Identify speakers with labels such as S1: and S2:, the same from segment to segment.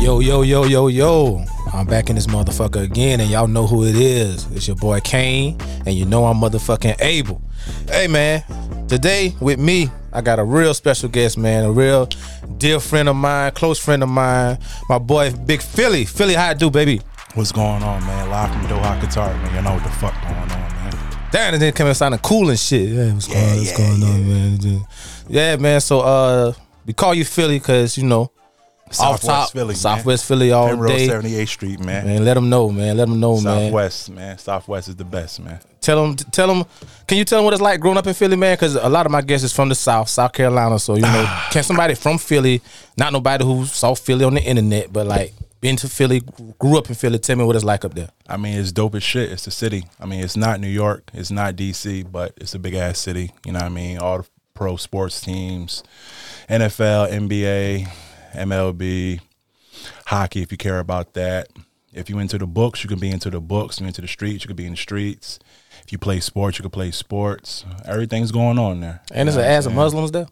S1: yo, yo, yo, yo. I'm back in this motherfucker again, and y'all know who it is. It's your boy Kane, and you know I'm motherfucking able. Hey, man, today with me, I got a real special guest, man. A real dear friend of mine, close friend of mine, my boy Big Philly. Philly, how I do, baby?
S2: What's going on, man? Live from Doha, Qatar, man. You know what the fuck going on, man.
S1: Damn, and then coming sounding cool and shit. Yeah, what's going,
S2: Yeah,
S1: what's
S2: yeah,
S1: going on, man? Yeah, man. So, uh, we call you Philly because you know,
S2: Southwest
S1: off top,
S2: Philly, man.
S1: Southwest Philly all
S2: Penrose,
S1: day.
S2: 78th Street, man.
S1: Man, let them know, man. Let them know, man.
S2: Southwest, man. Southwest is the best, man.
S1: Tell them, tell them. Can you tell them what it's like growing up in Philly, man? Because a lot of my guests is from the South, South Carolina. So you know, can somebody from Philly, not nobody who saw Philly on the internet, but like been to Philly, grew up in Philly, tell me what it's like up there.
S2: I mean, it's dope as shit. It's the city. I mean, it's not New York. It's not DC, but it's a big ass city. You know what I mean? All the pro sports teams, NFL, NBA, MLB, hockey, if you care about that. If you into the books, you can be into the books. You into the streets, you could be in the streets. If you play sports, you can play sports. Everything's going on there.
S1: And there's an ass of Muslims there.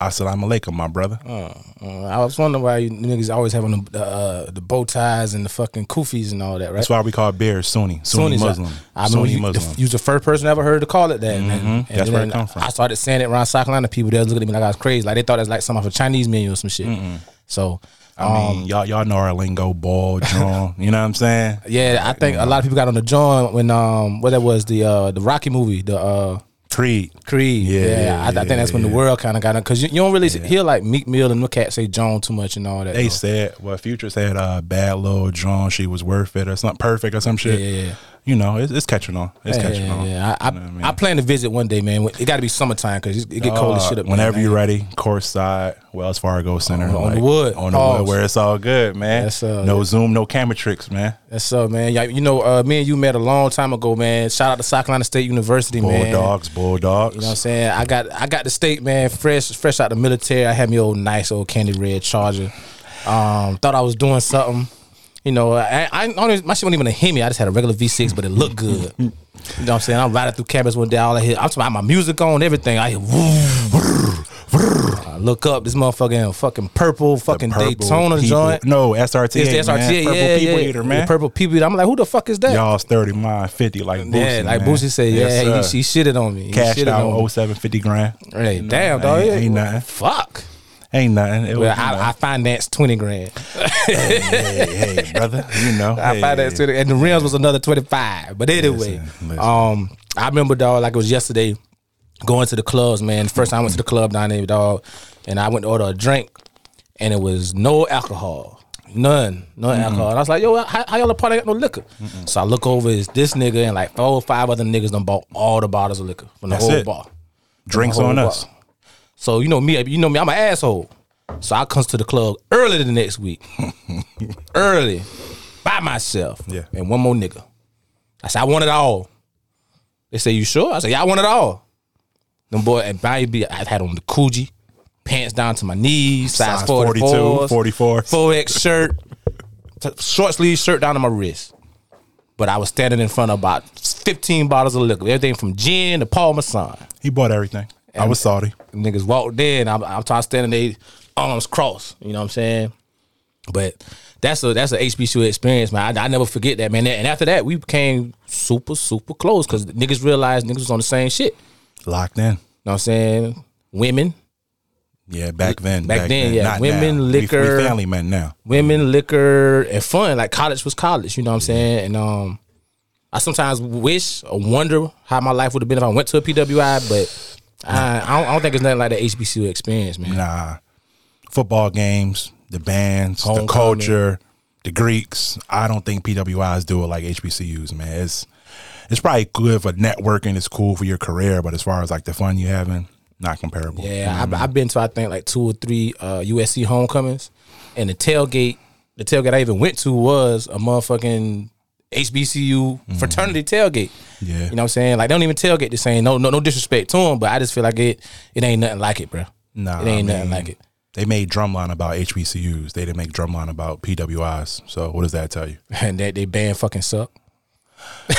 S2: Assalamu alaikum, my brother.
S1: Uh, I was wondering why you niggas always having the uh, the bow ties and the fucking kufis and all that, right?
S2: That's why we call beer Sunni, Sunni
S1: Sunnis, I-
S2: Muslim.
S1: I, remember
S2: Sunni
S1: you,
S2: Muslim. Mm-hmm.
S1: you was the first person I ever heard to call it that. And- And,
S2: That's where it
S1: then
S2: come from.
S1: I started saying it around South Carolina. People they was looking at me like I was crazy. Like they thought it was like something off a Chinese menu or some shit. So um,
S2: I mean, y'all y'all know our lingo, ball, drum. you know what I'm saying?
S1: yeah, I think a lot of people got on the joint when um what that was the uh the Rocky movie the uh
S2: Creed.
S1: Creed. Yeah,
S2: Yeah, yeah,
S1: I, I think
S2: yeah,
S1: that's when the
S2: yeah.
S1: world kind of got on because you, you don't really hear like Meek Mill and look at say John too much and all that.
S2: They
S1: though.
S2: said, well, Future said, uh, bad little drum, she was worth it, or something perfect, or some shit.
S1: Yeah, yeah, yeah.
S2: You know, it's, it's catching on. It's
S1: yeah,
S2: catching
S1: yeah,
S2: on.
S1: yeah. I I,
S2: You know what I
S1: I,
S2: mean?
S1: plan to visit one day, man. It got to be summertime because it get cold as
S2: Uh,
S1: shit up.
S2: whenever
S1: there,
S2: you're
S1: man.
S2: ready, course side, Wells Fargo Center,
S1: on the wood.
S2: on the
S1: Pause.
S2: wood, where it's all good, man.
S1: That's, uh,
S2: no Zoom, no camera tricks, man.
S1: That's up, man. Y'all- You know, uh, me and you met a long time ago, man. Shout out to South Carolina State University, man.
S2: Bulldogs, bulldogs.
S1: You know what I'm saying? I got I got the state, man, fresh fresh out the military. I had me old nice old candy red charger. Um, thought I was doing something. You know, I, I, I don't, my shit wasn't even a Hemi. I just had a regular V6, but it looked good. you know what I'm saying? I'm riding through campus one day. All I hear, I'm talking about my music on, everything. I hear, woo, I look up, this motherfucking fucking purple fucking
S2: Purple
S1: Daytona
S2: people-
S1: joint.
S2: No, SRT.
S1: It's the SRT, yeah,
S2: Man. Purple
S1: yeah,
S2: people
S1: yeah.
S2: eater,
S1: The
S2: man.
S1: purple people eater. I'm like, who the fuck is that?
S2: Y'all's 30, mine 50, like Boosie.
S1: yeah, like
S2: man.
S1: Boosie said, yeah,
S2: Yes,
S1: he-
S2: sir.
S1: she shitted on me. He
S2: cashed
S1: shitted
S2: out
S1: on me.
S2: 0750 grand.
S1: Hey, damn,
S2: Nah,
S1: dog.
S2: ain't-
S1: yeah.
S2: ain't nothing.
S1: Fuck.
S2: Ain't nothing. It
S1: Well,
S2: was, you know,
S1: I, I financed twenty grand.
S2: hey, hey, brother, you know.
S1: I
S2: hey.
S1: financed twenty, and the rims was another twenty five. But anyway,
S2: Listen, listen.
S1: um, I remember dog like it was yesterday, going to the clubs, man. The first time I went to the club down there, dog, and I went to order a drink, and it was no alcohol. None, no alcohol. And I was like, yo, how, how y'all a party ain't got no liquor? So I look over, it's this nigga and like four or five other niggas done bought all the bottles of liquor from the
S2: That's
S1: whole
S2: it.
S1: bar.
S2: Drinks
S1: whole
S2: on
S1: bar.
S2: us.
S1: So you know me, you know me, I'm an asshole. So I comes to the club early the next week, early, by myself,
S2: Yeah.
S1: and one more nigga. I said I want it all. They say you sure? I said yeah, I want it all. Them boy and Bobby B, I had on the Coogee, pants down to my knees, size,
S2: Size
S1: 42,
S2: 42, 44.
S1: four X shirt, t- short sleeve shirt down to my wrist. But I was standing in front of about fifteen bottles of liquor, everything from gin to Paul Masson.
S2: He bought everything. I was salty.
S1: Niggas walked in. I'm, I'm tired of standing there, arms crossed. You know what I'm saying? But that's a that's a HBCU experience, man. I, I never forget that, man. And after that, we became super super close because niggas realized niggas was on the same shit. You
S2: Locked in.
S1: know what I'm saying? Women,
S2: Yeah, back then.
S1: Back then, yeah.
S2: Not
S1: Women,
S2: now. We-
S1: liquor.
S2: We, family men now.
S1: women, liquor, and fun. Like college was college. You know what I'm saying? And um, I sometimes wish or wonder how my life would have been if I went to a PWI, but I I don't, I don't think it's nothing like the HBCU experience, man.
S2: Nah. Football games, the bands,
S1: Homecoming.
S2: the culture, the Greeks. I don't think PWIs do it like HBCUs, man. It's it's probably good for networking. It's cool for your career, but as far as like the fun you having, not comparable.
S1: Yeah, I've, I've been to I think like two or three uh, USC homecomings, and the tailgate, the tailgate I even went to was a motherfucking HBCU
S2: Mm-hmm.
S1: fraternity tailgate.
S2: Yeah.
S1: you know what I'm saying? Like they don't even tailgate the same. No, no, no disrespect to them, but I just feel like it, it ain't nothing like it, bro.
S2: Nah,
S1: it ain't
S2: I
S1: nothing
S2: mean,
S1: like it.
S2: They made drumline about HBCUs. They didn't make drumline about PWIs. So what does that tell you?
S1: And that they band fucking suck.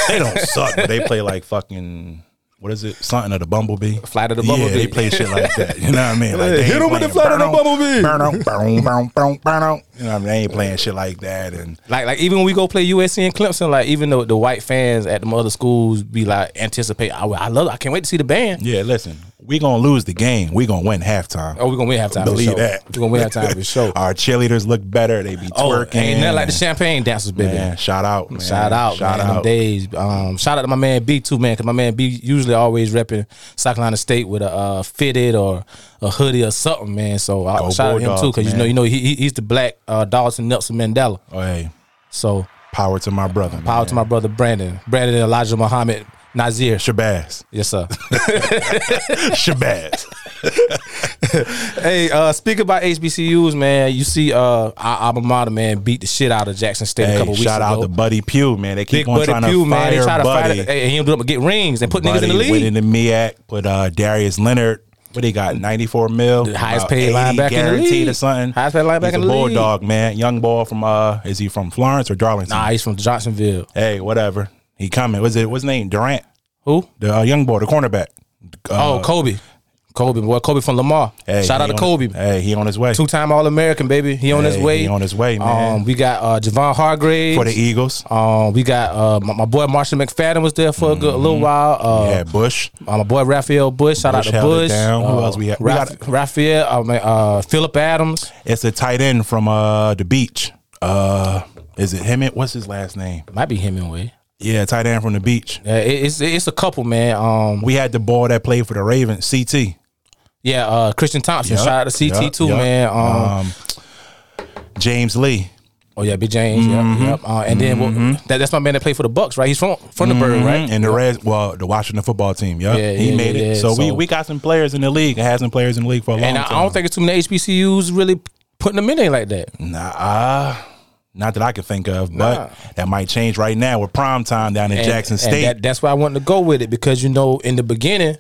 S2: They don't suck, but they play like fucking what is it? Something of the bumblebee.
S1: Flight of the
S2: Yeah,
S1: Bumblebee.
S2: they play shit like that. You know what I mean? Like, they
S1: Hit
S2: ain't
S1: 'em with the
S2: playing
S1: flight of the bumblebee.
S2: burn-on, burn-on, burn-on, burn-on, burn-on, burn-on. You know what I mean? They ain't playing shit like that. And
S1: Like, like even when we go play USC and Clemson, like even though the white fans at the other schools be like anticipate, I, I love, I can't wait to see the band.
S2: yeah, listen, we gonna lose the game. We gonna win halftime.
S1: Oh, we gonna win halftime. for
S2: Believe
S1: sure.
S2: that.
S1: we gonna win halftime for sure.
S2: Our cheerleaders look better. They be
S1: Oh,
S2: twerking.
S1: ain't nothing like the champagne dancers, baby.
S2: Man, shout out, man.
S1: Shout out,
S2: shout
S1: man, them
S2: out.
S1: days. Um, shout out to my man B too, man, because my man B usually always repping South Carolina State with a uh, fitted or a hoodie or something, man. So I
S2: Go
S1: shout out to him
S2: Bulldogs,
S1: too, because you
S2: man.
S1: know, you know, he, he- he's the black uh, Dawson Nelson Mandela.
S2: Oh, hey,
S1: So
S2: power to my brother.
S1: power to my brother Brandon, Brandon Elijah Muhammad Nazir.
S2: Shabazz.
S1: Yes, sir.
S2: Shabazz.
S1: hey, uh, speaking about HBCUs, man, you see, uh, our alma mater, man, beat the shit out of Jackson State a
S2: Hey,
S1: couple weeks
S2: shout
S1: ago.
S2: out to Buddy Pugh, man. They keep
S1: Big
S2: on
S1: Buddy
S2: trying
S1: Pugh,
S2: to
S1: man.
S2: fire
S1: They try to
S2: Buddy.
S1: fight it. Hey, and he ended up get rings and put niggas in
S2: Buddy
S1: the league.
S2: went in the MEAC, put uh, Darius Leonard. What he got? Ninety four mil,
S1: The highest
S2: about
S1: paid
S2: 80
S1: linebacker in the
S2: guaranteed
S1: league.
S2: or something.
S1: Highest paid linebacker
S2: He's a
S1: in the league.
S2: bulldog, man. Young ball from uh, is he from Florence or Darlington?
S1: Nah, he's from Johnsonville.
S2: Hey, whatever. He coming. Was it? What's his name? Durant,
S1: Who?
S2: the uh, young boy, the cornerback.
S1: Oh, Kobe. Kobe, boy, Kobe from Lamar.
S2: Hey,
S1: Shout out
S2: he
S1: to
S2: on-
S1: Kobe,
S2: Hey, he on his way.
S1: two-time All-American, baby. He on his
S2: Hey,
S1: way.
S2: he on his way, man.
S1: Um, we got uh, Javon Hargrave
S2: for the E- Eagles.
S1: Um, we got uh, my, my boy Marshall McFadden was there for a, good, a little while. Uh,
S2: Mm-hmm. yeah, Bush.
S1: uh, my boy Raphael Bush. Shout
S2: Bush
S1: out to
S2: held it
S1: Bush.
S2: down. Who
S1: Uh,
S2: else we had? We
S1: Raph- Raphael. I mean, uh, Philip Adams.
S2: It's a tight end from uh the beach. Uh, is it Hemet? What's his last name?
S1: Might be Hemingway.
S2: Yeah, tight end from the beach.
S1: Yeah, it, it's it's a couple, man. Um,
S2: We had the ball that played for the Ravens, CT.
S1: yeah, uh, Christian Thompson.
S2: Yup,
S1: Shout out to CT
S2: yup,
S1: too,
S2: yup.
S1: man. Um,
S2: Um, James Lee.
S1: oh yeah, Big James.
S2: Mm-hmm.
S1: Yep, yep. Uh, and then well, that, that's my man that played for the Bucks, right? He's from from the Bird, right?
S2: And the Reds, well, the Washington football team. Yup.
S1: Mm-hmm. Yeah,
S2: he
S1: yeah,
S2: made
S1: yeah,
S2: it.
S1: yeah.
S2: So, we,
S1: So-
S2: we got some players in the league. It has some players in the league for a long
S1: And I,
S2: time.
S1: I don't think it's too many HBCUs really putting them in there like that.
S2: Nah, uh, not that I could think of, but that might change right now with prime time down in
S1: And-
S2: Jackson
S1: and
S2: State.
S1: that- that's why I wanted to go with it because you know, in the beginning,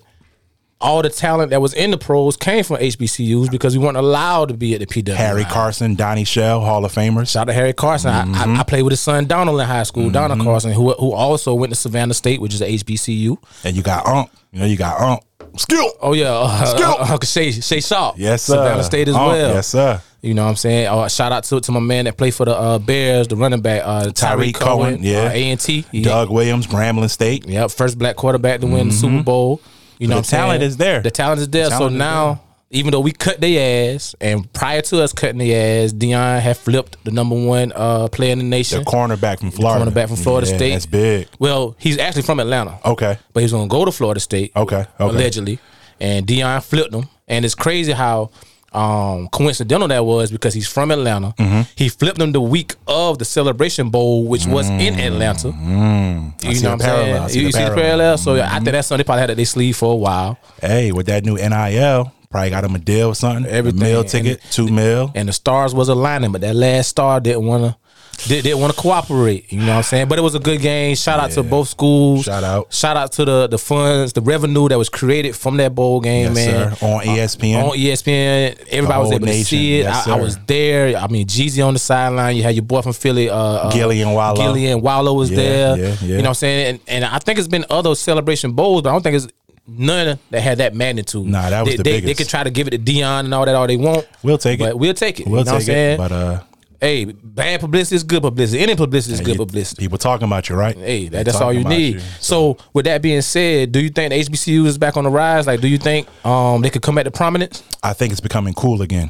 S1: all the talent that was in the pros came from HBCUs because we weren't allowed to be at the PW.
S2: Harry Carson, Donnie Shell, Hall of Famers.
S1: Shout out to Harry Carson. I,
S2: Mm-hmm.
S1: I, I played with his son Donald in high school, Donald Carson, who who also went to Savannah State, which is a HBCU.
S2: And you got Ump. You know, you got Ump. Skill.
S1: Oh yeah, uh,
S2: Skill.
S1: uh, uh, Shay Shay Shaw.
S2: Yes, sir.
S1: Savannah State as
S2: Ump.
S1: well.
S2: Yes, sir.
S1: You know what I'm saying? Uh, shout out to to my man that played for the uh, Bears, the running back uh, Tyreek Cohen,
S2: Tyreek
S1: uh,
S2: Cohen, yeah.
S1: A and T.
S2: Doug Williams, Grambling State.
S1: Yep, first black quarterback to win the Super Bowl. You know,
S2: Mm-hmm. the
S1: what I'm saying?
S2: talent is there.
S1: The talent is there. so
S2: talent is
S1: now, even though we cut their ass, and prior to us cutting their ass, Dion had flipped the number one uh, player in the
S2: The
S1: nation.
S2: cornerback from Florida.
S1: cornerback from Florida
S2: Yeah,
S1: State.
S2: That's big.
S1: well, he's actually from Atlanta,
S2: Okay.
S1: but he's going to go to Florida State.
S2: Okay, okay.
S1: allegedly, and Dion flipped him. And it's crazy how um, coincidental that was because he's from Atlanta.
S2: Mm-hmm.
S1: He flipped him the week of the Celebration Bowl, which was in Atlanta. You
S2: Mm. Hmm. see
S1: know
S2: the
S1: what I'm saying?
S2: parallel. I see
S1: you
S2: the
S1: see the
S2: parallel. Mm-hmm.
S1: parallel. So I think that's something they probably had at their sleeve for a while.
S2: Hey, with that new NIL, probably got him a deal or something.
S1: Everything.
S2: A meal
S1: And-
S2: ticket, two mil.
S1: and the stars was aligning, but that last star didn't want to did, didn't want to cooperate. You know what I'm saying? But it was a good game. Shout out to both schools.
S2: Shout out.
S1: Shout out to the the funds, the revenue that was created from that bowl game,
S2: yes,
S1: man. uh,
S2: sir. On E ESPN.
S1: On E ESPN, everybody was
S2: whole
S1: able to
S2: nation.
S1: see it.
S2: Yes,
S1: I, I
S2: sir.
S1: was there. I mean, Jeezy on the sideline. You had your boy from Philly, uh, uh,
S2: Gillian Wallow.
S1: Gillian Wallow was
S2: Yeah,
S1: there.
S2: yeah, yeah.
S1: You know what I'm saying? And, and I think it's been other celebration bowls, but I don't think it's none that had that magnitude.
S2: Nah, that was
S1: they,
S2: the
S1: they, They
S2: biggest.
S1: could try to give it to Dion and all that all they want.
S2: We'll take it.
S1: But we'll take it.
S2: We'll
S1: you know
S2: take
S1: what I'm saying?
S2: it. But uh,
S1: hey, bad publicity is good publicity. Any publicity is good
S2: you-
S1: publicity.
S2: people talking about you, right?
S1: Hey,
S2: They
S1: that, that's
S2: talking
S1: all you
S2: about
S1: need. so. with that being said, do you think the HBCU is back on the rise? Like, do you think um they could come back to prominence?
S2: I think it's becoming cool again.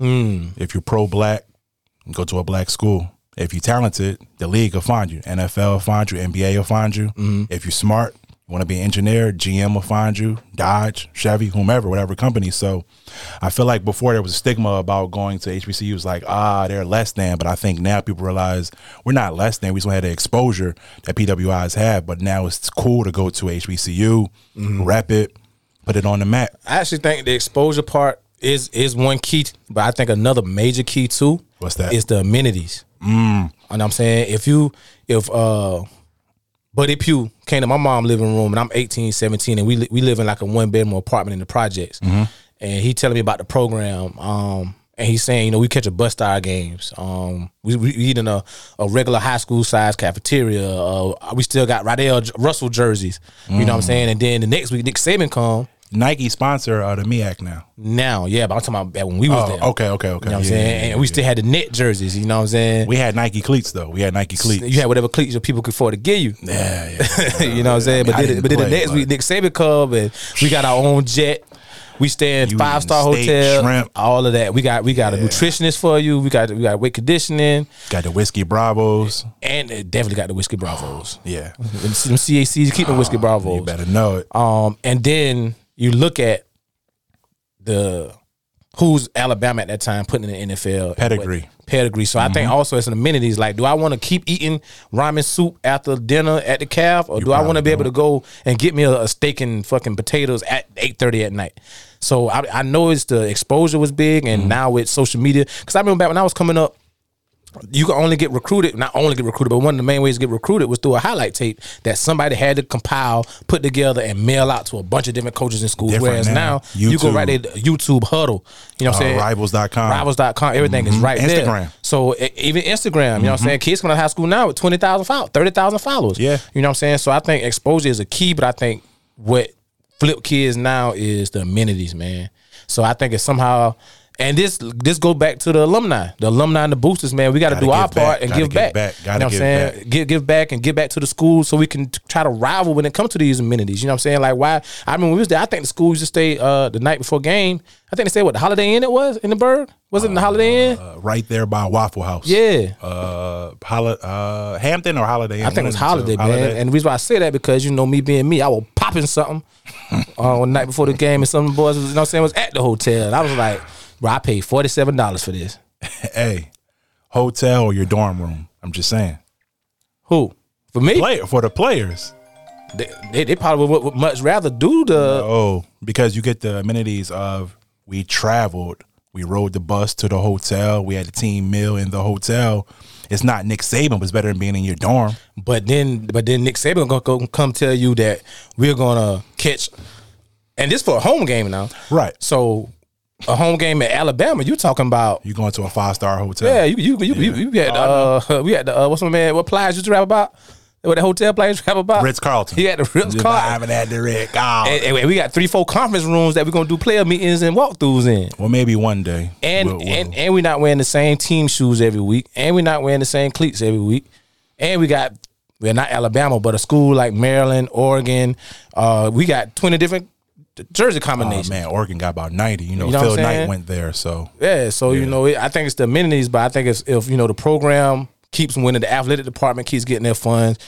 S2: If you're pro black, go to a black school. If you're talented, the league will find you. NFL will find you. NBA will find you. If you're smart, you want to be an engineer, GM will find you. Dodge, Chevy, whomever, whatever company. So I feel like before there was a stigma about going to HBCUs, like, ah, they're less than. But I think now people realize we're not less than. We just don't have the exposure that PWIs have. But now it's cool to go to a HBCU, rep it, put it on the map.
S1: I actually think the exposure part is is one key, but I think another major key too.
S2: What's that?
S1: Is the amenities. Mm. And I'm saying if you if uh Buddy Pugh came to my mom's living room and I'm 18, 17, and we
S2: Mm-hmm.
S1: li- we live in like a one bedroom apartment in the projects, and he telling me about the program. Um, and he's saying, you know, we catch a bus to our games. Um, we, we eat in a, a regular high school size cafeteria. Uh, we still got Rydell Russell jerseys. You
S2: Mm.
S1: know what I'm saying? And then the next week, Nick Saban come.
S2: Nike sponsor uh, the MEAC now.
S1: Now, yeah, but I'm talking about back when we was
S2: Oh,
S1: there.
S2: okay, okay, okay.
S1: You know what I'm saying? and we still had the net jerseys. You know what I'm saying?
S2: we had Nike cleats though. We had Nike cleats.
S1: you had whatever cleats your people could afford to give you.
S2: Yeah, yeah.
S1: you know what I'm saying?
S2: I mean,
S1: but
S2: I
S1: then,
S2: didn't
S1: but then the
S2: play,
S1: next
S2: but-
S1: week, Nick Saban come and we got our own jet. We stay in
S2: You
S1: five star
S2: eating steak,
S1: hotel,
S2: shrimp.
S1: all of that. We got we got a nutritionist for you. We got we got weight conditioning,
S2: Got the whiskey Bravos.
S1: and it definitely got the whiskey bravos.
S2: Yeah,
S1: Them them CACs keep the whiskey
S2: Oh. Ah, you
S1: Mm-hmm. bravos.
S2: better know it.
S1: Um, and then you look at the who's Alabama at that time putting in the NFL and
S2: Pedigree.
S1: what- pedigree. So I think also it's an amenities. Like, do I want to keep eating ramen soup after dinner at the calf, or do I want to be able to go and get me a, a steak and fucking potatoes at eight thirty at night? So I, I know it's the exposure was big, and now with social media, because I remember back when I was coming up, you could only get recruited, not only get recruited, but one of the main ways to get recruited was through a highlight tape that somebody had to compile, put together, and mail out to a bunch of different coaches in schools.
S2: Different
S1: Whereas now,
S2: now.
S1: you go
S2: YouTube.
S1: right there, to YouTube huddle. You know what I'm
S2: Uh,
S1: saying?
S2: rivals.com.
S1: Rivals.com, everything is right there.
S2: Mm-hmm. Instagram. Mm-hmm.
S1: So e- even Instagram, you know what I'm saying? Kids coming out of high school now with 20,000 followers, 30,000 followers.
S2: Yeah.
S1: You know what I'm saying? So I think exposure is a key, but I think what flip kids now is the amenities, man. So I think it's somehow and this this go back to the alumni, the alumni and the boosters, man. We got to
S2: Gotta
S1: do our
S2: give back,
S1: part and
S2: gotta
S1: give
S2: give
S1: back.
S2: back,
S1: You know
S2: gotta
S1: what I'm
S2: give
S1: saying?
S2: back.
S1: give give back and give back to the school so we can t- try to rival when it comes to these amenities. You know what I'm saying? Like why? I mean, when we was there. I think the school used to stay uh, the night before game. I think they stayed what the Holiday Inn it was in the bird. Was it in the Holiday Inn?
S2: Uh, right there by Waffle House.
S1: Yeah.
S2: Uh, Hol- uh, Hampton or Holiday?
S1: I think it was holiday, man. And the reason why I say that because you know me being me, I was popping something uh, one night before the game, and some of the boys, was, you know, what I'm saying, was at the hotel. And I was like, bro, I paid forty seven dollars for this.
S2: hey, hotel or your dorm room. I'm just saying.
S1: Who for me?
S2: Player for the players.
S1: They, they, they probably would, would much rather do the
S2: Oh, because you get the amenities of we traveled, we rode the bus to the hotel, we had a team meal in the hotel. It's not Nick Saban, but it's better than being in your dorm.
S1: but then but then Nick Saban gonna go, come tell you that we're gonna catch, and this for a home game now,
S2: Right.
S1: so. A home game at Alabama, you talking about?
S2: You going to a five star hotel?
S1: Yeah, you you you, you, you, had uh, we had the uh, what's my man? What pliers you to rap about? What the hotel players rap about?
S2: Ritz Carlton.
S1: He had the Ritz
S2: Just
S1: Carlton.
S2: vibing at the Ritz Carlton.
S1: And, and we got three, four conference rooms that we're gonna do player meetings and walkthroughs in.
S2: well, maybe one day.
S1: And
S2: we'll- we'll-
S1: and and we're not wearing the same team shoes every week. And we're not wearing the same cleats every week. And we got well not Alabama, but a school like Maryland, Oregon. Uh, we got twenty different jersey
S2: oh,
S1: combinations.
S2: man, Oregon got about ninety. You know,
S1: You know what
S2: Phil
S1: I'm saying?
S2: Knight went there, so
S1: Yeah, so you know, it, I think it's the amenities, but I think it's if you know the program keeps winning, the athletic department keeps getting their funds,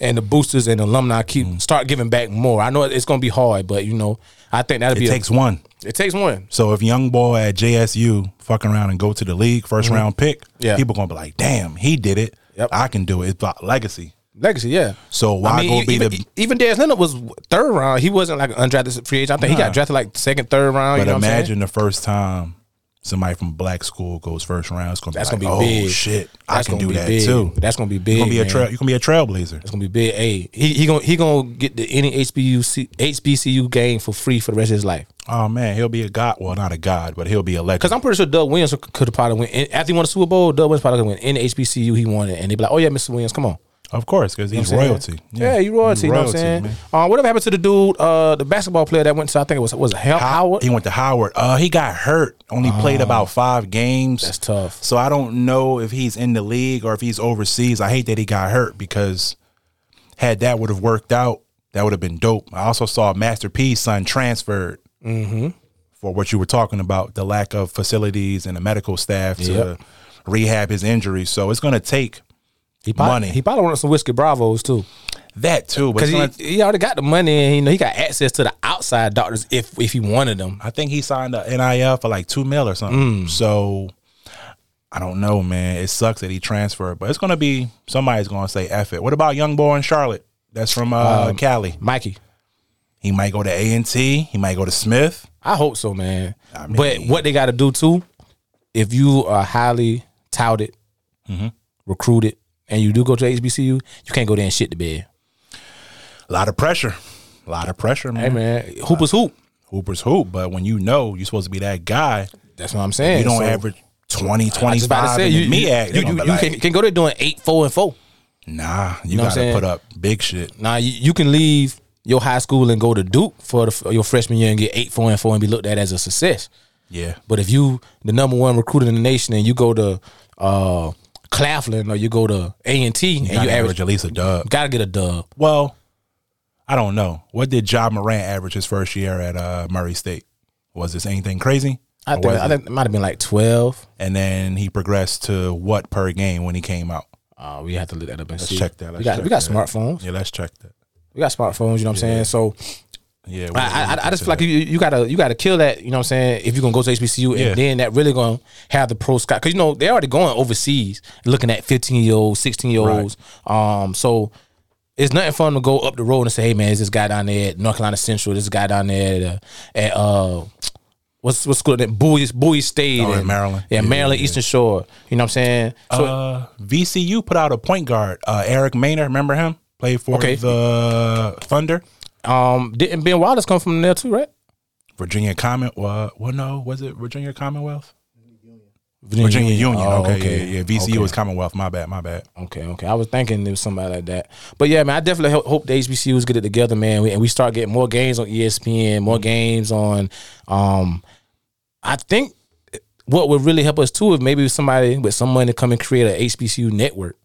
S1: and the boosters and alumni keep
S2: Mm.
S1: start giving back more. I know it's going to be hard, but you know, I think that'll
S2: it
S1: be a-
S2: takes one.
S1: it takes one.
S2: So if young boy at JSU fucking around and go to the league 1st round pick,
S1: Mm-hmm. Yeah.
S2: people gonna be like, damn, he did it.
S1: Yep.
S2: I can do it. It's about legacy.
S1: Legacy, yeah.
S2: So why
S1: I mean,
S2: go
S1: e-
S2: be
S1: even,
S2: the
S1: even Darius Leonard was third round. He wasn't like an undrafted free agent. I think he
S2: Nah.
S1: got drafted like second, third round.
S2: But
S1: you know what I'm saying?
S2: imagine the first time somebody from black school goes first round. It's gonna
S1: That's
S2: be like,
S1: gonna
S2: oh
S1: be big.
S2: shit, I
S1: That's
S2: can
S1: gonna
S2: do
S1: be
S2: that
S1: big.
S2: too.
S1: That's gonna be big.
S2: You're gonna be a
S1: man.
S2: trail. You're gonna be a trailblazer.
S1: It's gonna be big. Hey, he he gonna he gonna get the any HBCU HBCU game for free for the rest of his life.
S2: Oh man, he'll be a god. Well, not a god, but he'll be a legend.
S1: Because I'm pretty sure Doug Williams could have probably win. After he won the Super Bowl, Doug Williams probably could win. Any HBCU he won it. And they'd be like, oh, yeah, Mr. Williams, come on.
S2: of course, because he's
S1: You know what I'm
S2: royalty.
S1: saying? Yeah, you royalty. You know what I'm saying?
S2: man.
S1: Uh, whatever happened to the dude, uh, the basketball player that went to, I think it was, was it Hel- Howard?
S2: He went to Howard. Uh, he got hurt. Only played about five games.
S1: Ah. That's tough.
S2: So I don't know if he's in the league or if he's overseas. I hate that he got hurt because had that would have worked out, that would have been dope. I also saw Master P's son transferred
S1: Mm-hmm.
S2: for what you were talking about, the lack of facilities and the medical staff to
S1: Yep.
S2: rehab his injury. So it's going to take
S1: He probably,
S2: money.
S1: He probably wanted some Whiskey Bravos, too.
S2: that too. But it's gonna-
S1: Because he, he already got the money and you know, he got access to the outside doctors if if he wanted them.
S2: I think he signed a NIL for like two mil or something.
S1: Mm.
S2: So I don't know, man. It sucks that he transferred, but it's gonna be somebody's gonna say F it. What about young boy in Charlotte? That's from
S1: Um,
S2: uh, Cali.
S1: Mikey.
S2: He might go to A and T. He might go to Smith.
S1: I hope so, man.
S2: mean-
S1: but what they got to do too, if you are highly touted,
S2: Mm-hmm.
S1: recruited, and you do go to HBCU, you can't go there and shit the bed.
S2: A lot of pressure. A lot of pressure, man.
S1: Hey, man, hoop is hoop.
S2: Hooper's hoop, but when you know you're supposed to be that guy,
S1: That's what I'm saying.
S2: You don't
S1: So,
S2: average 20,
S1: I was
S2: 25.
S1: about to say
S2: and
S1: you,
S2: then me
S1: you,
S2: act,
S1: you,
S2: they gonna
S1: you,
S2: be
S1: you
S2: like,
S1: can, can go there doing eight four and four.
S2: Nah, you,
S1: know what I'm
S2: gotta
S1: saying?
S2: put up big shit.
S1: Now you, you can leave your high school and go to Duke for the, for your freshman year and get eight four and four and be looked at as a success.
S2: Yeah.
S1: But if you the number one recruiter in the nation and you go to uh, Claflin or you go to A and T and you
S2: You gotta
S1: average,
S2: average at least a dub.
S1: gotta get a dub.
S2: Well, I don't know. What did Ja Morant average his first year at uh, Murray State? Was this anything crazy?
S1: I
S2: Or
S1: think,
S2: was
S1: I
S2: it-
S1: think it might have been like twelve.
S2: and then he progressed to what per game when he came out?
S1: Uh, we have to look that up and
S2: Let's
S1: see.
S2: check that. Let's
S1: we got
S2: check
S1: we got
S2: that.
S1: smartphones.
S2: Yeah, let's check that.
S1: We got smartphones. You know what I'm saying? So
S2: Yeah,
S1: I, I, I just feel like you, you gotta you gotta kill that. You know what I'm saying? If you're gonna go to HBCU,
S2: Yeah.
S1: and then that really gonna have the pro scout because you know they're already going overseas, looking at 15 year olds, 16 year olds. Um, so it's nothing fun to go up the road and say, hey man, is this guy down there at North Carolina Central? This guy down there at, uh, at uh, what's what's good? That Bowie Bowie State
S2: Oh, in
S1: and-
S2: Maryland.
S1: yeah,
S2: Yeah,
S1: Maryland Eastern Shore. You know what I'm saying? So
S2: uh, VCU put out a point guard, uh, Eric Maynard. Remember him? Played for
S1: Okay.
S2: the Thunder.
S1: um, didn't Ben Wallace come from there too, right?
S2: Virginia Common. Uh, well, no, was it Virginia Commonwealth?
S1: Virginia,
S2: Virginia Union.
S1: Oh,
S2: okay, yeah, yeah. VCU
S1: Okay.
S2: was Commonwealth. My bad, my bad.
S1: Okay, okay. I was thinking it was somebody like that. But yeah, man, I definitely ho- hope the HBCUs get it together, man, and we start getting more games on E ESPN,
S2: Mm-hmm.
S1: more games on. Um, I think what would really help us too is maybe somebody with some money to come and create a HBCU network.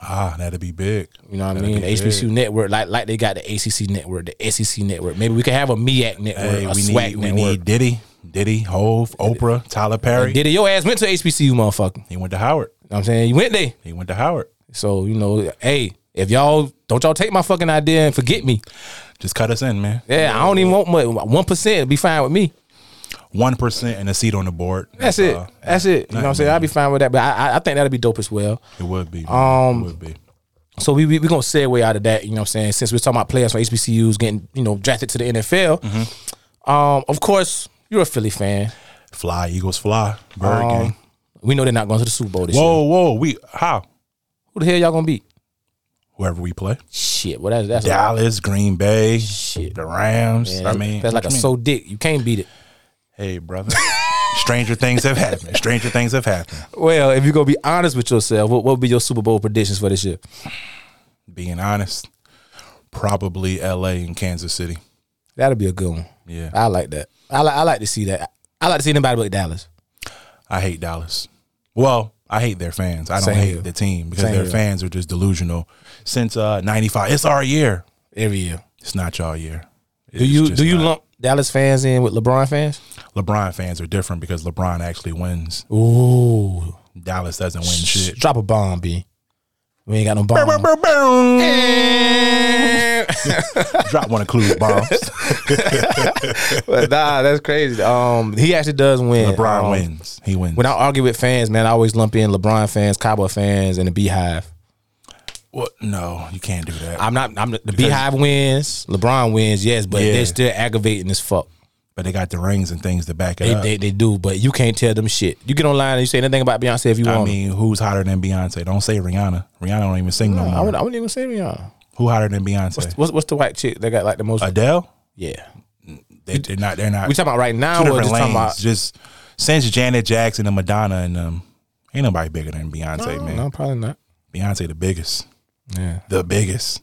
S2: Ah, that'd be big.
S1: You know what I
S2: That'd
S1: mean?
S2: be
S1: The HBCU network, like like they got the ACC network, the SEC network. Maybe we could have a MEAC network,
S2: Hey,
S1: a
S2: we
S1: SWAC
S2: need we
S1: network.
S2: need Diddy, Diddy, Hove, Oprah, Tyler Perry.
S1: Did it? Your ass went to HBCU, motherfucker. You
S2: He went to Howard.
S1: know what I'm saying you went there,
S2: He went to Howard.
S1: so you know, hey, if y'all don't y'all take my fucking idea and forget me.
S2: Just cut us in, man.
S1: Yeah, I don't even want much. One percent be fine with me.
S2: One percent and a seat on the board. uh,
S1: That's it.
S2: all.
S1: That's it. You know what I'm saying? I'll be fine with that. But I, I- I think that'll be dope as well.
S2: It would be. Um, it would be.
S1: So we we, we gonna segue out of that. You know what I'm saying? Since we're talking about players from HBCUs getting you know drafted to the NFL, um, of course you're a Philly fan.
S2: Fly Eagles fly. Bird
S1: Um,
S2: gang.
S1: we know they're not going to the Super Bowl this year.
S2: Whoa, whoa. We how?
S1: Who the hell y'all gonna beat?
S2: Whoever we play,
S1: Shit. Well, that's that's
S2: Dallas, Green Bay,
S1: Shit.
S2: the Rams.
S1: a,
S2: I mean,
S1: that's like a
S2: what you mean?
S1: so dick. You can't beat it.
S2: Hey, brother. Stranger things have happened. Stranger things have happened.
S1: Well, if you're gonna be honest with yourself, what what would be your Super Bowl predictions for this year?
S2: Being honest, probably L.A. and Kansas City.
S1: That'll be a good one.
S2: Yeah.
S1: I like that. I like I like to see that. I like to see anybody but Dallas.
S2: I hate Dallas. Well, I hate their fans. I don't
S1: Same
S2: hate
S1: here.
S2: the team because
S1: Same
S2: their
S1: here.
S2: fans are just delusional. Since uh, '95, it's our year.
S1: Every year.
S2: It's not y'all year.
S1: Do you do you lump Dallas fans in with LeBron fans?
S2: LeBron fans are different because LeBron actually wins.
S1: Ooh,
S2: Dallas doesn't win shit.
S1: drop a bomb, B. We ain't got no bomb.
S2: Drop one of Clue's bombs.
S1: But nah, that's crazy. Um, he actually does win.
S2: LeBron
S1: Um,
S2: wins. He wins.
S1: When I argue with fans, man, I always lump in LeBron fans, Cowboy fans, and the Beehive.
S2: Well, no, you can't do that.
S1: I'm not. I'm the Beehive wins. LeBron wins, yes, but
S2: Yeah.
S1: they're still aggravating as fuck.
S2: but they got the rings and things to back it
S1: They,
S2: up.
S1: they they do, but you can't tell them shit. You get online and you say anything about Beyonce if you
S2: I
S1: want.
S2: mean, who's hotter than Beyonce? Don't say Rihanna. Rihanna don't even sing no,
S1: I,
S2: more.
S1: wouldn't, I wouldn't even say Rihanna.
S2: Who hotter than Beyonce?
S1: What's what's the white chick that got like the most?
S2: Adele?
S1: yeah,
S2: They, they're not. They're not.
S1: we talking about right now
S2: two
S1: or
S2: different
S1: just
S2: lanes.
S1: talking about?
S2: Just since Janet Jackson and Madonna and um, ain't nobody bigger than Beyonce, man.
S1: No, probably not.
S2: Beyonce the biggest.
S1: Yeah.
S2: The biggest.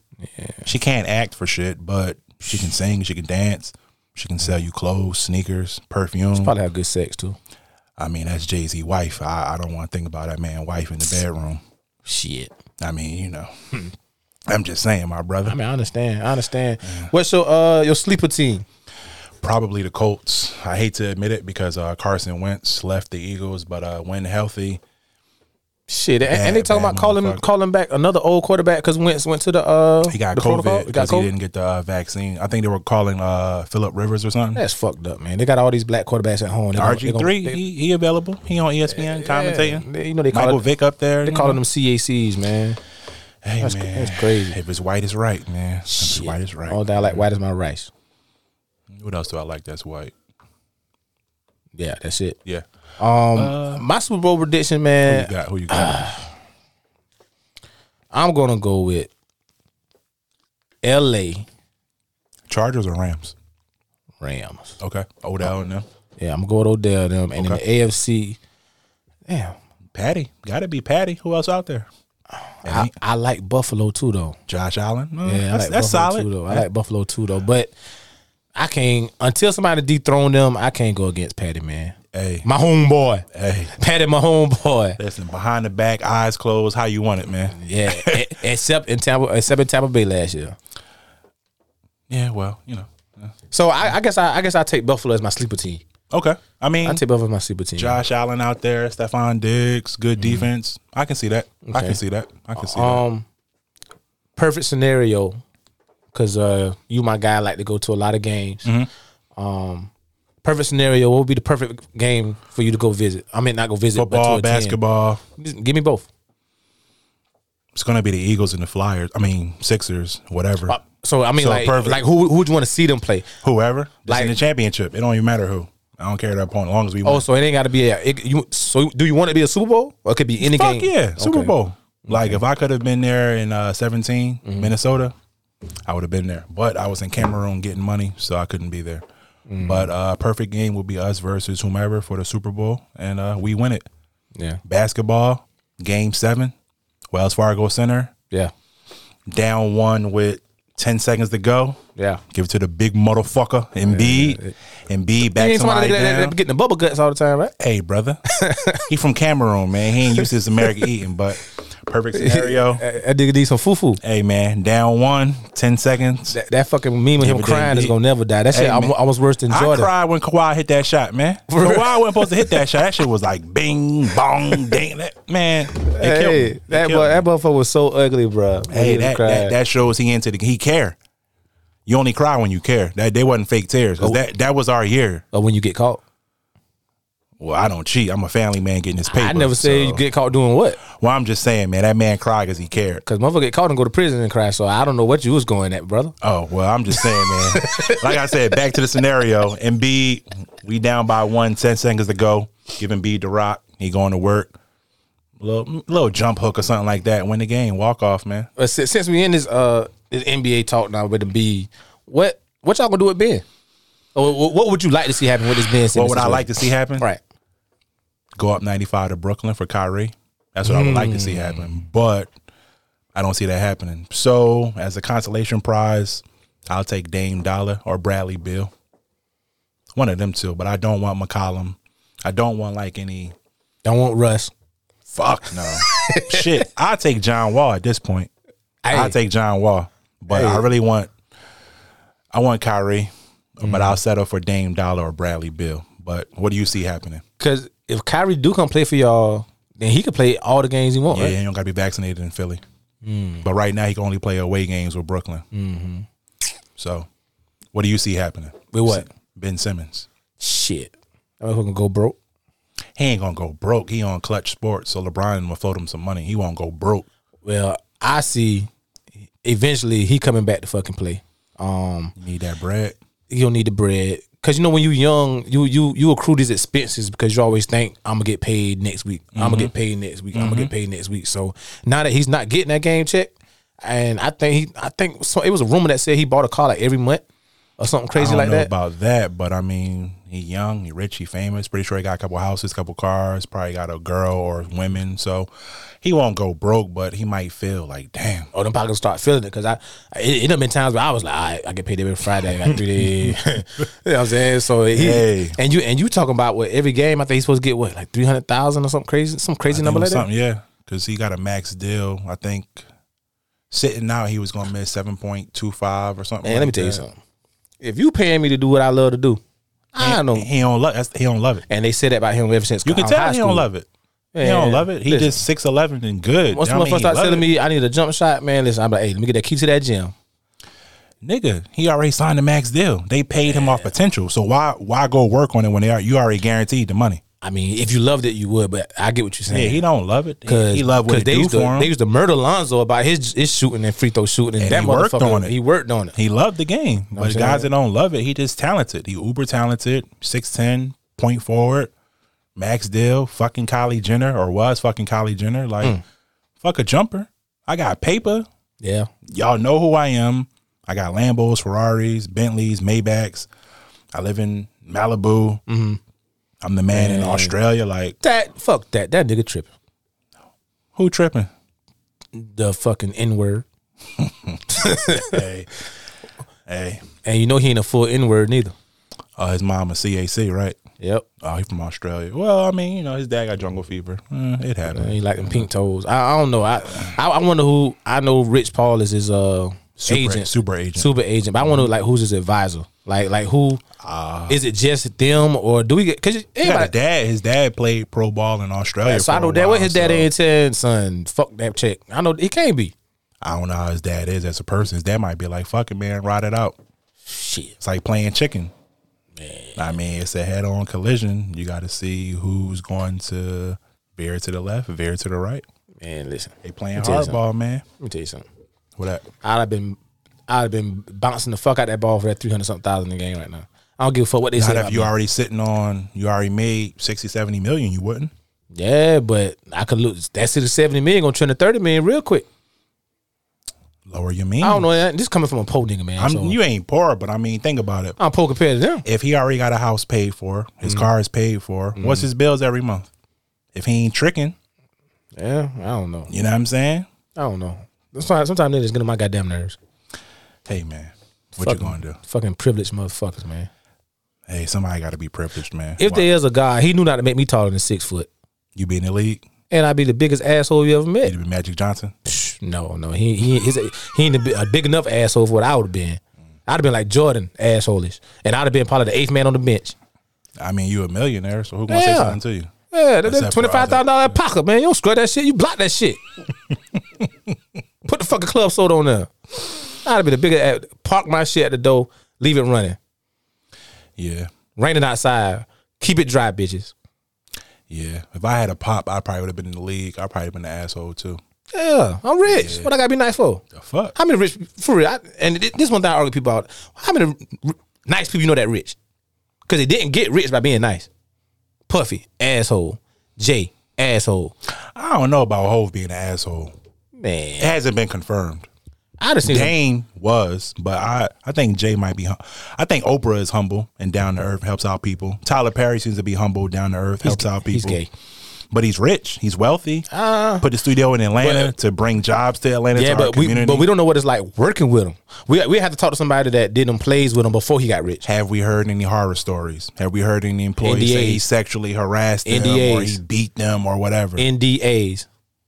S2: She can't act for shit, but she can sing, she can dance, she can sell you clothes, sneakers, perfume.
S1: Probably have good sex too.
S2: I mean, that's Jay Z wife. I, I don't want to think about that man wife in the bedroom.
S1: Shit.
S2: I mean, you know.
S1: Hmm.
S2: I'm just saying, my brother.
S1: I mean, I understand. I understand. What's your uh your sleeper team?
S2: probably the Colts. I hate to admit it because uh, Carson Wentz left the Eagles, but uh, when healthy,
S1: Shit, and, and they
S2: Bad,
S1: talking
S2: bad
S1: about calling
S2: motherfucker.
S1: calling back another old quarterback because Wentz went to the uh
S2: he got
S1: the protocol.
S2: COVID
S1: He got
S2: because he,
S1: COVID.
S2: didn't get the uh, vaccine. I think they were calling uh, Philip Rivers or something.
S1: That's fucked up, man. They got all these black quarterbacks at home. They gonna- they
S2: RG three,
S1: gonna-
S2: he, he available. He on
S1: yeah,
S2: ESPN commentating.
S1: they- you know they
S2: Michael
S1: call it,
S2: Vick up there.
S1: they
S2: you
S1: calling
S2: know.
S1: them CACs, man.
S2: Hey
S1: That's,
S2: man,
S1: that's crazy.
S2: if it's white, it's right, man. If it's white, it's right.
S1: All that I like white is my rice.
S2: What else do I like that's white?
S1: Yeah, that's it.
S2: Yeah.
S1: Um, my Super Bowl prediction,
S2: Who
S1: man.
S2: Uh, you got? Who you got?
S1: I'm gonna go with L.A.
S2: Chargers or Rams?
S1: Rams.
S2: Okay. Odell and them.
S1: Yeah, I'm gonna go with Odell and them, and
S2: Okay.
S1: in the AFC, damn,
S2: Patty, got to be Patty. Who else out there? And
S1: I,
S2: he-
S1: I like Buffalo too though.
S2: Josh Allen.
S1: Yeah,
S2: Mm,
S1: I
S2: that's,
S1: like
S2: that's
S1: Buffalo
S2: solid.
S1: Too, though. I like Buffalo too though, but I can't until somebody dethrone them. I can't go against Patty man,
S2: Hey,
S1: my homeboy,
S2: hey,
S1: Patty, my homeboy.
S2: listen, behind the back, eyes closed, how you want it, man.
S1: Yeah, e- except in Tampa, except in Tampa Bay last year.
S2: Yeah, well, you know.
S1: So I, I guess I, I guess I take Buffalo as my sleeper team.
S2: Okay. I mean,
S1: I take Buffalo as my sleeper team.
S2: Josh Allen out there, Stephon Diggs, good defense. I can see that. I
S1: Mm-hmm. Okay.
S2: can see that. I can see
S1: Um, perfect scenario, because uh, you my guy like to go to a lot of games.
S2: Mm-hmm.
S1: Um, perfect scenario. What would be the perfect game for you to go visit? I mean, not go visit.
S2: that. Football,
S1: but to attend.
S2: basketball.
S1: Just Give me both.
S2: It's gonna be the Eagles and the Flyers. I mean, Sixers, whatever,
S1: Uh, So I mean,
S2: So
S1: like,
S2: perfect.
S1: like who who would you want to see them play?
S2: whoever. Like
S1: Like-
S2: in the championship, it don't even matter who. I don't care at that point. As long as we
S1: Oh,
S2: win.
S1: so it ain't got to be a. It, you, so do you want it to be a Super Bowl? Or it could be any
S2: Fuck
S1: game.
S2: yeah, Super
S1: Okay. Mm-hmm.
S2: Bowl. Like if I could have been there in uh, 17 Minnesota, I would have been there. But I was in Cameroon getting money, so I couldn't be there.
S1: Mm.
S2: But uh, perfect game would be us versus whomever for the Super Bowl, and uh, we win it.
S1: Yeah,
S2: Basketball game seven, Wells Fargo Center,
S1: yeah,
S2: down one with ten seconds to go.
S1: yeah.
S2: Give it to the big motherfucker, Embiid. Embiid
S1: You
S2: back
S1: ain't somebody
S2: somebody
S1: that, that, that
S2: down.
S1: be getting the bubble guts all the time, right?
S2: Hey, brother, he from Cameroon, man. He ain't used to his American eating, but perfect scenario.
S1: I, I dig these some foo foo.
S2: Hey man, down one, 10 seconds.
S1: That, that fucking meme of him
S2: but
S1: crying
S2: they-
S1: is gonna never die. That shit
S2: Hey, man.
S1: almo- almost worse than
S2: I
S1: Jordan.
S2: cried when Kawhi hit that shot, man. Kawhi wasn't supposed to hit that shot. That shit was like bing, bong, ding. That man, it killed me.
S1: Hey,
S2: It
S1: that
S2: killed
S1: boy,
S2: me.
S1: that motherfucker was so ugly, bro.
S2: hey, that, that that shows he into the he care. You only cry when you care. That they wasn't fake tears.
S1: Oh.
S2: 'cause that that was our year.
S1: or when you get caught.
S2: Well, I don't cheat. I'm a family man getting his paper.
S1: I never said
S2: so-
S1: you get caught doing what,
S2: Well, I'm just saying, man, that man cried because he cared.
S1: because motherfucker get caught and go to prison and cry. So I don't know what you was going at, brother.
S2: Oh well, I'm just saying, man. like I said, back to the scenario. Embiid, we down by one, 10 seconds to go. Give Embiid the rock. He going to work. Little little jump hook or something like that. Win the game. Walk off, man.
S1: But since, since we in this uh this NBA talk now with the B, what what y'all gonna do with Ben? Or what, what would you like to see happen with this Ben?
S2: What would I like to see happen?
S1: Right.
S2: Go up 95 to Brooklyn for Kyrie. That's what I would like to see happen. But I don't see that happening. So as a consolation prize, I'll take Dame Dollar or Bradley Bill. One of them two. But I don't want McCollum. I don't want like any
S1: Don't want Russ.
S2: Fuck no. Shit. I take John Wall at this point. I
S1: Hey.
S2: take John Wall. But I really want I want Kyrie. But I'll settle for Dame Dollar or Bradley Bill. But what do you see happening?
S1: Because if Kyrie do come play for y'all, then he could play all the games he want.
S2: Yeah,
S1: right? Mm.
S2: you don't gotta be vaccinated in Philly. But right now he can only play away games with Brooklyn. Mm-hmm. So what do you see happening?
S1: With what?
S2: Ben Simmons.
S1: Shit, that motherfucker gonna go broke.
S2: He ain't gonna go broke. He on clutch sports, so LeBron will float him some money. He won't go broke.
S1: Well, I see. Eventually, he coming back to fucking play. Um,
S2: Need that bread.
S1: you don't need the bread because you know when you young, you you you accrue these expenses because you always think I'm gonna get paid next week. I'm
S2: Mhm.
S1: gonna get paid next week. I'm gonna get paid next week. So now that he's not getting that game check, and I think he, I think so. It was a rumor that said he bought a car like every month or something
S2: I
S1: crazy
S2: don't
S1: like
S2: know
S1: that.
S2: about that, but I mean, he young, he rich, he famous. Pretty sure he got a couple houses, couple cars. Probably got a girl or women, so he won't go broke. But he might feel like, damn,
S1: Oh, them pockets start feeling it because I it, it done been times where I was like, all right, I get paid every Friday, I got three days. you know what I'm saying? So he
S2: Hey.
S1: and you and you talking about what every game I think he's supposed to get what like three hundred thousand or something crazy, some crazy
S2: you know,
S1: number like that.
S2: something, yeah, because he got a max deal. I think sitting out, he was gonna miss seven point two five or something.
S1: Man,
S2: like
S1: let me tell you
S2: that.
S1: something. If you paying me to do what I love to do, I don't know.
S2: He don't love. That's, he don't love it.
S1: And they said that about him ever since
S2: You can
S1: um,
S2: tell
S1: high
S2: he
S1: school.
S2: don't love it. He
S1: Man,
S2: don't love it. He
S1: listen.
S2: just six eleven and good.
S1: Once
S2: That
S1: the
S2: don't mean
S1: motherfucker
S2: he
S1: starts
S2: love
S1: telling
S2: it.
S1: me I need a jump shot, man, listen, I'm like, hey, let me get that key to that gym.
S2: Nigga, he already signed the max deal. They paid him off potential. So why why go work on it when they are you already guaranteed the money?
S1: I mean, if you loved it, you would, but I get what you're saying.
S2: Yeah, he don't love it.
S1: Cause,
S2: He, he love what
S1: 'cause
S2: it
S1: they
S2: do
S1: used to,
S2: for him.
S1: They used to murder Lonzo about his his shooting and free throw shooting, and, that
S2: he
S1: motherfucker
S2: worked on it.
S1: He worked on it.
S2: he loved the game. But
S1: I'm
S2: guys that don't love it, he just talented. He uber talented, 6'10", point forward, max deal, fucking Kylie Jenner, or was fucking Kylie Jenner. Like,
S1: Hmm.
S2: fuck a jumper. I got paper.
S1: Yeah,
S2: Y'all know who I am. I got Lambos, Ferraris, Bentleys, Maybachs. I live in Malibu.
S1: Mm-hmm.
S2: I'm the man in Australia. Like
S1: That fuck that. That nigga tripping.
S2: who tripping?
S1: The fucking N word.
S2: hey, hey.
S1: And you know he ain't a full N word neither.
S2: Uh, his mom a CAC, right?
S1: Yep.
S2: Oh, he from Australia. Well, I mean, you know, his dad got jungle fever. Eh, it
S1: And
S2: happened.
S1: he like them pink toes. I, I don't know. I, I I wonder who I know. Rich Paul is his uh
S2: Super
S1: agent,
S2: super agent.
S1: super agent. But I wonder like who's his advisor. Like like who
S2: Ah.
S1: is it? Just them or do we get? Because
S2: He got a
S1: everybody.
S2: dad. His dad played pro ball in Australia.
S1: So I
S2: for a
S1: know that what
S2: while,
S1: his dad
S2: so
S1: ain't saying, son. Fuck that check. I know he can't be.
S2: I don't know how his dad is as a person. His dad might be like, "Fuck it, man, ride it out."
S1: Shit.
S2: It's like playing chicken. I mean, it's a head-on collision. You got to see who's going to veer to the left, veer to the right.
S1: Man, listen.
S2: They playing
S1: tell you something.
S2: hardball, man.
S1: Let me tell you something.
S2: What that?
S1: I'd have been I'd have been bouncing the fuck out that ball for that three hundred something thousand a game right now. I don't give a fuck what they say.
S2: Not if
S1: about
S2: you
S1: me.
S2: already sitting on, you already made 60, 70 million, you wouldn't.
S1: Yeah, but I could lose that city seventy million gonna turn to thirty million real quick.
S2: Lower your mean.
S1: I don't know that. This coming from a poor nigga, man.
S2: I'm,
S1: so
S2: you ain't poor, but I mean, think about it.
S1: I'm poor compared to them.
S2: If he already got a house paid for, his
S1: Mm-hmm.
S2: car is paid for, what's his bills every month? If he ain't tricking,
S1: Yeah, I don't know.
S2: you know what I'm saying?
S1: I don't know. Sometimes, sometimes they just get on my goddamn nerves.
S2: Hey, man, what you
S1: Fucking-
S2: going to do?
S1: Fucking privileged motherfuckers, man.
S2: Hey, somebody got to be privileged, man.
S1: If
S2: Why-
S1: there is a God, he knew not to make me taller than six foot,
S2: you be in the league,
S1: and I'd be the biggest asshole you ever met.
S2: it'd be Magic Johnson.
S1: Psh, No, no, he he he's a, he ain't a, bi- a big enough asshole for what I would have been. I'd have been like Jordan, assholeish, and I'd have been probably the eighth man on the bench.
S2: I mean, you a millionaire, so who gonna say
S1: Yeah.
S2: something to you?
S1: Yeah, that,
S2: Except for
S1: twenty five thousand dollar pocket, man. You don't scrub that shit. You block that shit. Put the fucking club soda on there. I'd have been the bigger. uh, Park my shit at the door. Leave it running.
S2: Yeah,
S1: Raining outside. Keep it dry, bitches.
S2: yeah. If I had a pop, I probably would have been in the league. I probably been an asshole too.
S1: Yeah, I'm rich. What I gotta be nice for?
S2: The fuck?
S1: How many rich for real? I, and thi- this one thing I argue with people out. How many r- nice people you know that rich? Because they didn't get rich by being nice. Puffy asshole. Jay asshole.
S2: I don't know about Hove being an asshole. It
S1: Man,
S2: hasn't been confirmed.
S1: I just seen
S2: Dane was, but I I think Jay might be. hum- I think Oprah is humble and down to earth, helps out people. Tyler Perry seems to be humble, down to earth, helps out people.
S1: he's gay.
S2: but he's rich. He's wealthy.
S1: Ah.
S2: Put the studio in Atlanta to bring jobs to Atlanta.
S1: uh, Yeah,
S2: to our
S1: but we
S2: community.
S1: but we don't know what it's like working with him. We we had to talk to somebody that did them plays with him before he got rich.
S2: Have we heard any horror stories? Have we heard any employees say he
S1: NDAs.
S2: sexually harassed them or
S1: NDAs.
S2: he beat them or whatever?
S1: NDAs.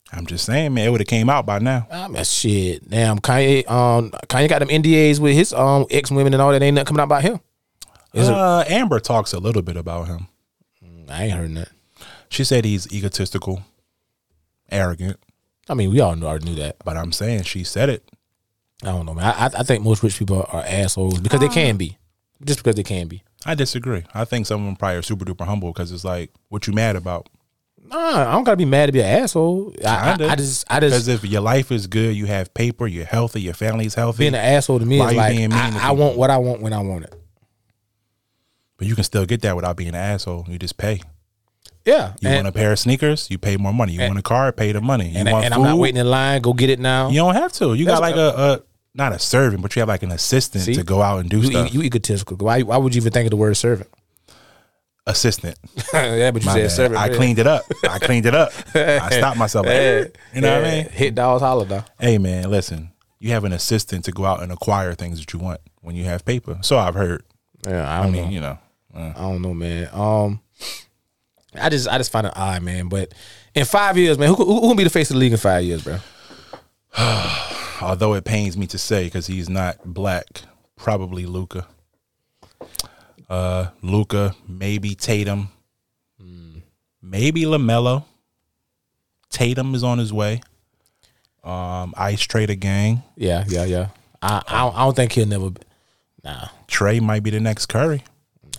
S2: I'm just saying, man, it would have came out by now.
S1: I mean, shit. Damn, Kanye. Um, Kanye got them NDAs with his um ex women and all that. Ain't nothing coming out about him. Is it-
S2: Uh, Amber talks a little bit about him.
S1: I ain't heard nothing.
S2: She said he's egotistical, arrogant,
S1: I mean, we all knew, already knew that.
S2: but I'm saying she said it.
S1: I don't know, man. I, I, I think most rich people are assholes because they can be, just because they can be.
S2: I disagree. I think some of them probably are super duper humble because it's like, what you mad about?
S1: Nah, I don't gotta be mad to be an asshole. I, I,
S2: Kinda.
S1: I just, I just
S2: Because if your life is good, you have paper, you're healthy, your family's healthy,
S1: being an asshole to me
S2: Why
S1: is
S2: you
S1: like
S2: being mean to
S1: I, I
S2: people?
S1: want what I want when I want it.
S2: but you can still get that without being an asshole. You just pay.
S1: Yeah,
S2: You
S1: and,
S2: want a pair of sneakers, you pay more money. You want a car, pay the money. You
S1: and,
S2: want
S1: and
S2: food,
S1: I'm not waiting in line. Go get it now.
S2: You don't have to. You got
S1: That's-
S2: like a, a not a servant, but you have like an assistant
S1: See?
S2: to go out and do
S1: You,
S2: stuff.
S1: you egotistical. Why, why would you even think of the word servant?
S2: assistant.
S1: yeah, but you
S2: My
S1: said
S2: bad.
S1: servant.
S2: I
S1: yeah.
S2: cleaned it up. I cleaned it up. I stopped myself. like, you know what I
S1: Yeah.
S2: mean?
S1: Hit dogs holler dog.
S2: Hey man, listen. You have an assistant to go out and acquire things that you want when you have paper. So I've heard.
S1: Yeah, I don't
S2: I
S1: know.
S2: mean, you know. uh,
S1: I don't know, man. Um, I just I just find it odd, man. But in five years, man, who who, who gonna be the face of the league in five years, bro?
S2: although it pains me to say because he's not black, probably Luca. Uh, Luca, maybe Tatum, maybe Lamelo. Tatum is on his way. Um, Ice Trader Gang.
S1: Yeah, yeah, yeah. I I don't, I don't think he'll never. Be. Nah,
S2: Trey might be the next Curry.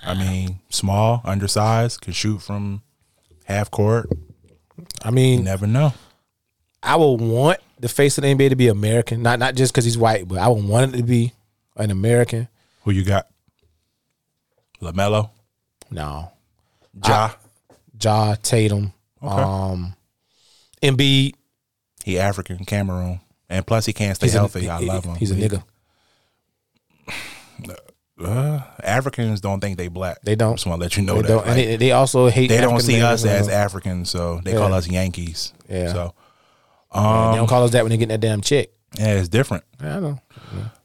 S2: I mean, small, undersized, can shoot from half court.
S1: I mean,
S2: Never know.
S1: I would want the face of the NBA to be American, not not just because he's white, but I would want it to be an American.
S2: Who you got? Lamelo,
S1: No,
S2: Ja.
S1: Ja Tatum,
S2: Okay.
S1: um, Embiid.
S2: he African Cameroon, and plus he can't stay
S1: He's a-
S2: healthy. I love him.
S1: He's a
S2: He-
S1: nigga.
S2: uh, Africans don't think they black.
S1: They don't.
S2: Just want to let you know
S1: They
S2: that.
S1: don't,
S2: Like,
S1: and they, they also hate.
S2: they don't see us
S1: African-Americans.
S2: as Africans, so they call us Yankees.
S1: Yeah.
S2: So
S1: they don't call us that when they get that damn check.
S2: yeah, it's different.
S1: Yeah, I know.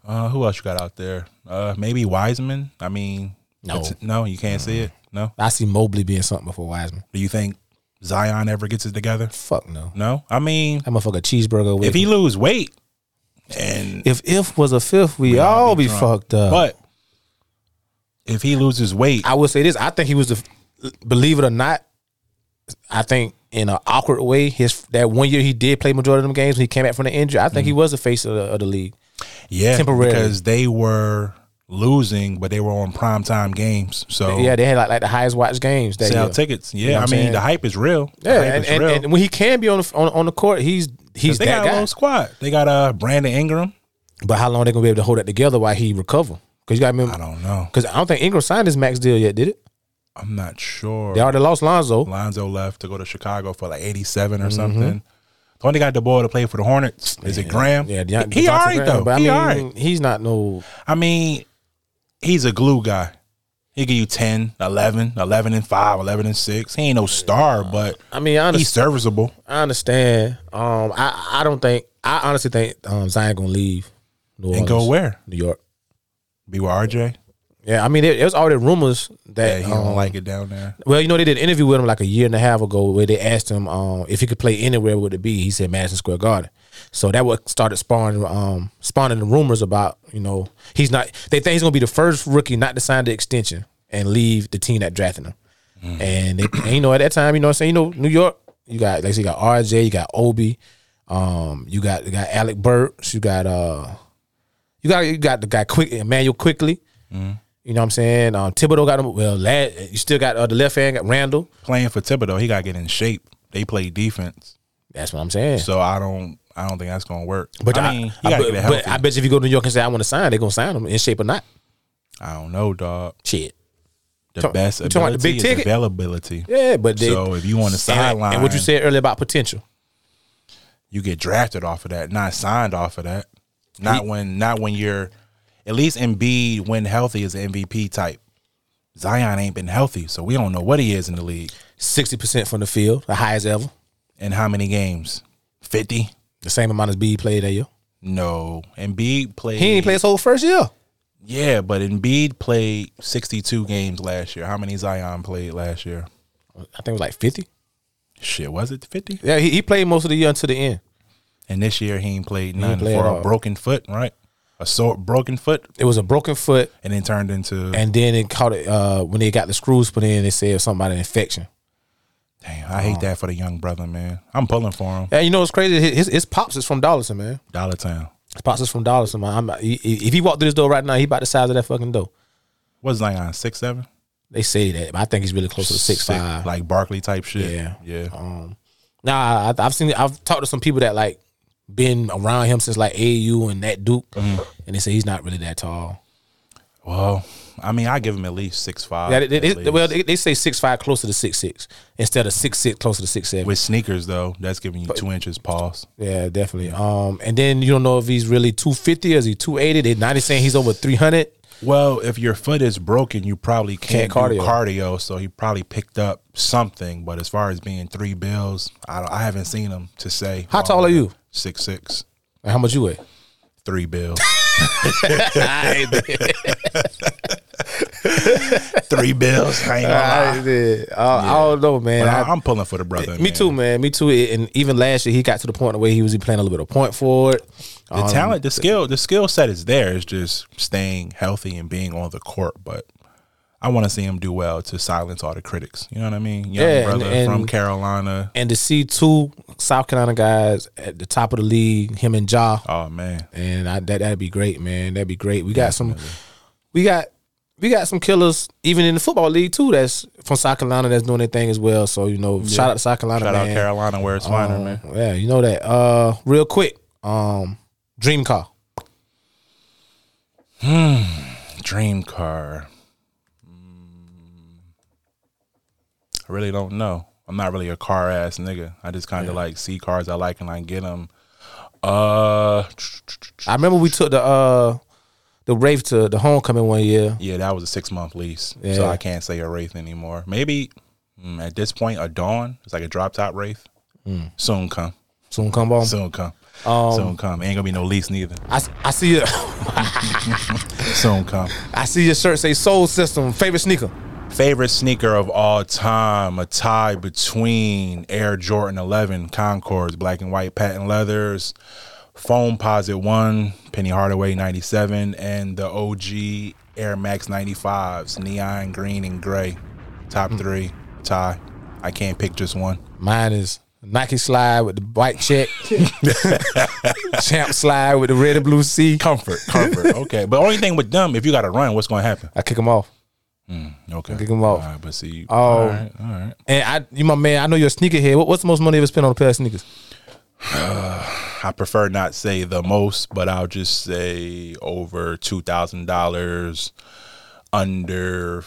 S2: Uh, who else you got out there? Uh, maybe Wiseman. I mean,
S1: No.
S2: it's- no, you can't see it. No.
S1: I see Mobley being something before Wiseman.
S2: Do you think Zion ever gets it together?
S1: Fuck no.
S2: No. I mean,
S1: That motherfucker cheeseburger. With
S2: if he lose weight, and
S1: if if was a fifth, we, all be,
S2: drunk.
S1: fucked up.
S2: but if he loses weight,
S1: I will say this: I think he was the, believe it or not, I think in an awkward way, his that one year he did play majority of them games when he came back from the injury. I think he was the face of the, of the league.
S2: yeah,
S1: temporarily.
S2: because they were losing, but they were on prime time games, so
S1: Yeah, they had like, like the highest watched games that
S2: sell
S1: year.
S2: tickets. Yeah,
S1: know what
S2: I
S1: I'm
S2: mean,
S1: saying?
S2: the hype is real. The
S1: yeah,
S2: hype
S1: and,
S2: is
S1: and,
S2: real.
S1: and when he can be on the on, on the court, he's he's
S2: they
S1: that
S2: got a
S1: guy.
S2: low squad. They got uh Brandon Ingram.
S1: But how long they gonna be able to hold that together while he recover? Because you got to
S2: I
S1: remember,
S2: don't know.
S1: because I don't think Ingram signed his max deal yet, did it?
S2: I'm not sure.
S1: They already lost Lonzo.
S2: Lonzo left to go to Chicago for like 87 or something. The only guy got the ball to play for the Hornets is it Graham?
S1: Mm-hmm. Yeah,
S2: he,
S1: Deon-
S2: he
S1: Devontae
S2: all right
S1: Graham,
S2: though.
S1: But I
S2: he
S1: mean,
S2: all right.
S1: he's not no.
S2: I mean, he's a glue guy. He give you 10, 11, 11 and 5, 11 and 6. He ain't no star, but
S1: I mean, honestly,
S2: he's serviceable.
S1: I understand. Um, I I don't think I honestly think um Zion gonna leave New Orleans
S2: And go where?
S1: New York.
S2: Be with RJ?
S1: Yeah, I mean there, there was already rumors
S2: Yeah,
S1: that
S2: he
S1: um,
S2: don't like it down there.
S1: well, you know they did an interview with him like a year and a half ago where they asked him um if he could play anywhere would it be? He said Madison Square Garden. So that what started spawning um spawning the rumors about you know he's not they think he's gonna be the first rookie not to sign the extension and leave the team that drafted him. And, they, and, you know, at that time, you know what I'm saying? You know, New York, you got like I said, you got RJ, you got Obi, um, you got you got Alec Burks, you got uh you got you got the guy quick Emmanuel quickly. You know what I'm saying? Um, Thibodeau got him. Well, lad, you still got uh, the left hand got Randall.
S2: Playing for Thibodeau, he got to get in shape. They play defense.
S1: That's what I'm saying.
S2: So I don't I don't think that's going to work.
S1: but
S2: I
S1: I,
S2: mean,
S1: I
S2: you got to
S1: bet-
S2: get
S1: but
S2: healthy.
S1: I bet you if you go to New York and say I want to sign, they're gonna sign him in shape or not.
S2: I don't know, dog.
S1: Shit.
S2: The
S1: Talk-
S2: best
S1: you talking about the
S2: ability
S1: big
S2: is
S1: ticket?
S2: availability.
S1: Yeah, but they,
S2: So if you on the
S1: and,
S2: sideline,
S1: and what you said earlier about potential.
S2: you get drafted off of that, not signed off of that. Not when, not when you're. At least Embiid, when healthy, is an MVP type. Zion ain't been healthy, so we don't know what he is in the league
S1: Sixty percent from the field, the highest ever.
S2: and how many games. Fifty?
S1: The same amount as B played that year.
S2: No. Embiid played.
S1: He ain't play his whole first year.
S2: Yeah, but Embiid played sixty-two games last year. How many Zion played last year?
S1: I think it was like fifty.
S2: Shit, was it fifty?
S1: Yeah, he, he played most of the year until the end.
S2: And this year he ain't played none
S1: play
S2: for
S1: at
S2: a
S1: all.
S2: broken foot, right? A sore broken foot,
S1: It was a broken foot,
S2: and then turned into
S1: and then it caught it uh, when they got the screws put in. They said something about an infection.
S2: Damn, I
S1: Oh.
S2: hate that for the young brother, man. I'm pulling for him.
S1: And you know what's crazy? His, his, his pops is from Dollarson, man.
S2: Dollar Town.
S1: His pops is from Dollarson, man. I'm, he, he- if he walked through this door right now, he about the size of that fucking door.
S2: What's Zion? Six seven?
S1: They say that, but I think he's really close to six five.
S2: Like Barkley type shit.
S1: Yeah. Um,
S2: Yeah.
S1: Nah, I, I've seen. I've talked to some people that like been around him since like AU and that Duke,
S2: Mm-hmm.
S1: and they say he's not really that tall.
S2: well, I mean, I give him at least six five.
S1: Yeah, they,
S2: at
S1: they,
S2: least.
S1: well, they, they say six five closer to six six instead of six six closer to six seven.
S2: with sneakers though, that's giving you two inches pause.
S1: Yeah, definitely. Um, and then you don't know if he's really two fifty or is he two eighty. They ninety saying he's over three hundred.
S2: Well, if your foot is broken, you probably can't,
S1: Can't
S2: do
S1: cardio.
S2: cardio. So he probably picked up something. But as far as being three bills, I don't, I haven't seen him to say.
S1: How tall are you?
S2: Six six.
S1: And how much you weigh?
S2: Three bills.
S1: I did.
S2: three bills. I ain't gonna lie.
S1: I don't know, man.
S2: But
S1: I-
S2: I, I'm pulling for the brother.
S1: me
S2: man.
S1: too, man. Me too. And even last year, he got to the point where he was playing a little bit of point forward.
S2: The
S1: Um,
S2: talent, the skill, the skill set is there. It's just staying healthy and being on the court. But I want to see him do well to silence all the critics. You know what I mean? Young
S1: Yeah, and-
S2: brother from
S1: and-
S2: Carolina.
S1: And to see two South Carolina guys at the top of the league, him and Ja,
S2: Oh man,
S1: and I, that that'd be great, man. That'd be great. We got some, we got we got some killers even in the football league too. That's from South Carolina that's doing their thing as well. So you know, shout out to South Carolina,
S2: shout out
S1: man.
S2: Carolina where it's finer, man.
S1: Um, Yeah, you know that. Uh, real quick, um, dream car.
S2: Dream car. Mm, I really don't know. I'm not really a car ass nigga. I just kind of like see cars I like and I get them. Uh,
S1: I remember we took the uh the Wraith to the homecoming one year.
S2: Yeah, that was a six month lease,
S1: Yeah.
S2: so I can't say a wraith anymore. Maybe mm, at this point a dawn. It's like a drop top wraith. Soon come,
S1: Soon come on.
S2: soon come,
S1: Um,
S2: soon come. Ain't gonna be no lease neither.
S1: I, s- I see your
S2: Soon come.
S1: I see your shirt say Soul System favorite sneaker.
S2: Favorite sneaker of all time, a tie between Air Jordan 11 Concords, black and white patent leathers, Foam Posit 1, Penny Hardaway 97, and the OG Air Max 95s, neon green and gray. Top
S1: Hmm.
S2: three, tie. I can't pick just one.
S1: Mine is Nike slide with the white check, Champ slide with the red and blue C.
S2: Comfort, comfort. okay. But only thing with them, if you got to run, what's going to happen?
S1: I kick them off.
S2: Okay.
S1: Kick 'em off.
S2: All right, but see. Oh.
S1: Oh.
S2: All right, all right.
S1: And I, you my man. I know you're a sneakerhead. What, what's the most money you ever spent on a pair of sneakers?
S2: I prefer not say the most, but I'll just say over two thousand dollars, under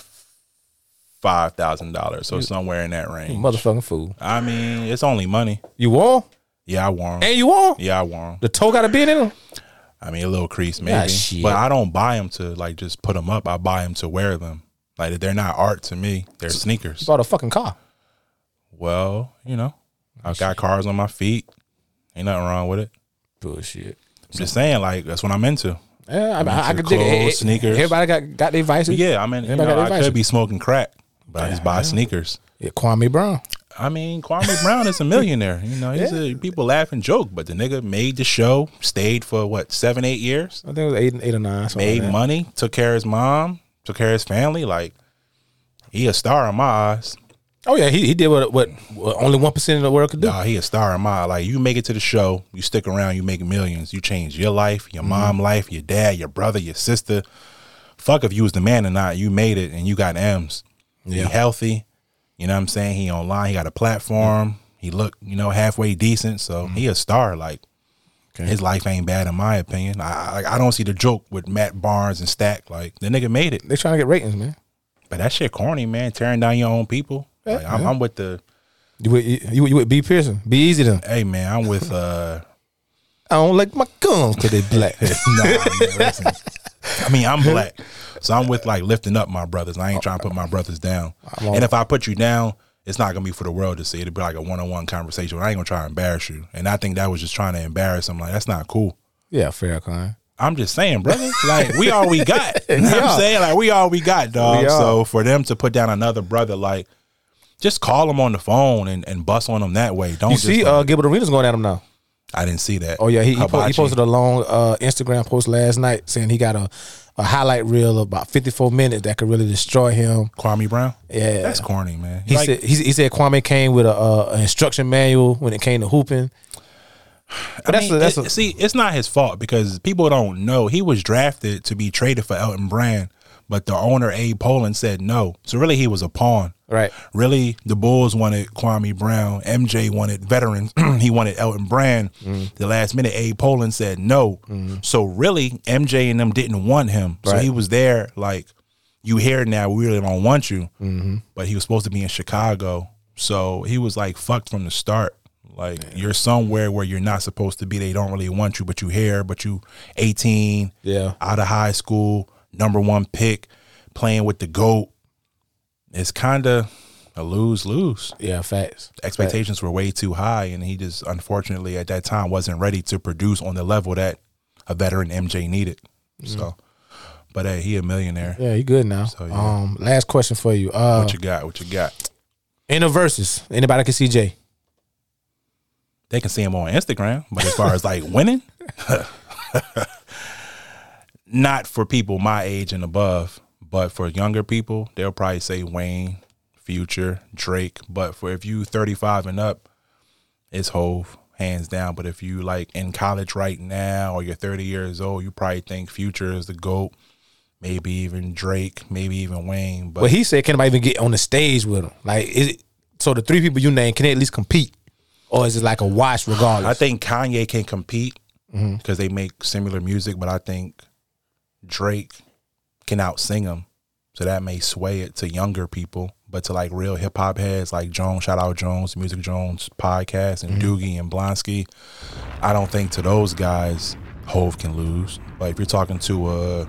S2: five thousand dollars, so somewhere in that range.
S1: Motherfucking fool.
S2: I mean, it's only money.
S1: You won
S2: Yeah, I wore 'em.
S1: and you won.
S2: Yeah, I wore 'em.
S1: The toe got a bend in them.
S2: I mean, a little crease maybe,
S1: Ah, shit.
S2: but I don't buy them to like just put them up. I buy them to wear them. Like they're not art to me. They're sneakers.
S1: Bought a fucking car.
S2: Well, you know, I got cars on my feet. Ain't nothing wrong with it.
S1: Bullshit.
S2: I'm just saying, like that's what I'm into.
S1: Yeah, I, mean, I, I
S2: Into
S1: could dig it.
S2: clothes, sneakers.
S1: Everybody got got their vices.
S2: Yeah, I mean, you
S1: Everybody
S2: know,
S1: got
S2: I
S1: advice.
S2: could be smoking crack, but I just buy sneakers.
S1: yeah, Kwame Brown.
S2: I mean, Kwame Brown is a millionaire. You know, he's a, people laugh and joke, but the nigga made the show, stayed for what seven, eight years,
S1: I think it was eight, eight or nine. something
S2: made
S1: like that.
S2: money, took care of his mom, took care of his family. Like, he a star in my eyes.
S1: Oh yeah, he, he did what what, what only one percent of the world could do.
S2: Nah, he a star in my eye. Like, you make it to the show, you stick around, you make millions, you change your life,
S1: Mm-hmm.
S2: your mom life, your dad, your brother, your sister. Fuck if you was the man or not. You made it and you got M's.
S1: Yeah.
S2: He healthy. You know what I'm saying? He online. He got a platform.
S1: Mm-hmm.
S2: He look, you know, halfway decent. So he a star. Like
S1: Okay.
S2: his life ain't bad in my opinion. I like I don't see the joke with Matt Barnes and Stack. Like the nigga made it.
S1: They trying to get ratings, man.
S2: But that shit corny, man. Tearing down your own people. Like, I'm, I'm with the
S1: You with you, you, with B Pearson? Be easy then.
S2: hey man, I'm with uh
S1: I don't like my guns because they black.
S2: nah, man, listen. I mean, I'm black, so I'm with like lifting up my brothers. I ain't trying to put my brothers down.
S1: all-
S2: And if I put you down, it's not gonna be for the world to see. It'll be like a one on one conversation. I ain't gonna try to embarrass you. And I think that was just trying to embarrass him. Like that's not cool.
S1: yeah, fair kind.
S2: I'm just saying, brother. Like we all we got. You know what
S1: Yeah.
S2: I'm saying like we all we got, dog.
S1: We are.
S2: so for them to put down another brother, like just call them on the phone and, and bust on them that way. Don't
S1: You
S2: just
S1: see,
S2: like-
S1: uh, Gilbert Arenas going at him now.
S2: I didn't see that.
S1: Oh yeah, he he, po- he
S2: Hibachi.
S1: posted a long uh, Instagram post last night saying he got a, a highlight reel of about fifty four minutes that could really destroy him.
S2: Kwame Brown.
S1: Yeah.
S2: that's corny, man.
S1: He
S2: Like,
S1: said he, he said Kwame came with a, uh, an instruction manual when it came to hooping. But
S2: I
S1: that's
S2: mean,
S1: a, that's
S2: it-
S1: a,
S2: see, it's not his fault because people don't know he was drafted to be traded for Elton Brand, but the owner Abe Poland said no. So really, he was a pawn.
S1: right.
S2: Really, the Bulls wanted Kwame Brown. MJ wanted veterans. he wanted Elton Brand. The last minute, Abe Poland said no. So really, MJ and them didn't want him. So
S1: Right.
S2: he was there like, you here now. We really don't want you. But he was supposed to be in Chicago. So he was like fucked from the start. Like you're somewhere where you're not supposed to be. They don't really want you, but you here. But you 18,
S1: Yeah.
S2: out of high school, number one pick, playing with the goat. It's kind of a lose lose.
S1: Yeah, facts.
S2: Expectations were way too high, and he just unfortunately at that time wasn't ready to produce on the level that a veteran MJ needed. So, but hey, he a millionaire.
S1: Yeah, you good now.
S2: yeah.
S1: Um, last question for you. Uh,
S2: What you got? What you got?
S1: in a versus, anybody can see Jay.
S2: They can see him on Instagram, but as far as like winning, not for people my age and above, but for younger people, they'll probably say Wayne, Future, Drake. But for if you 35 and up, it's Hove, hands down. But if you like in college right now or you're 30 years old, you probably think Future is the GOAT, maybe even Drake, maybe even Wayne. But
S1: But he said, can anybody even get on the stage with him? Like, is it, so the three people you named can they at least compete, or is it like a wash
S2: I
S1: regardless?
S2: think Kanye can compete because they make similar music, but I think Drake can outsing him. So that may sway it to younger people, but to like real hip hop heads like Jones, shout out Jones, Music Jones podcast, and Doogie and Blonsky. I don't think to those guys, Hove can lose. But if you're talking to a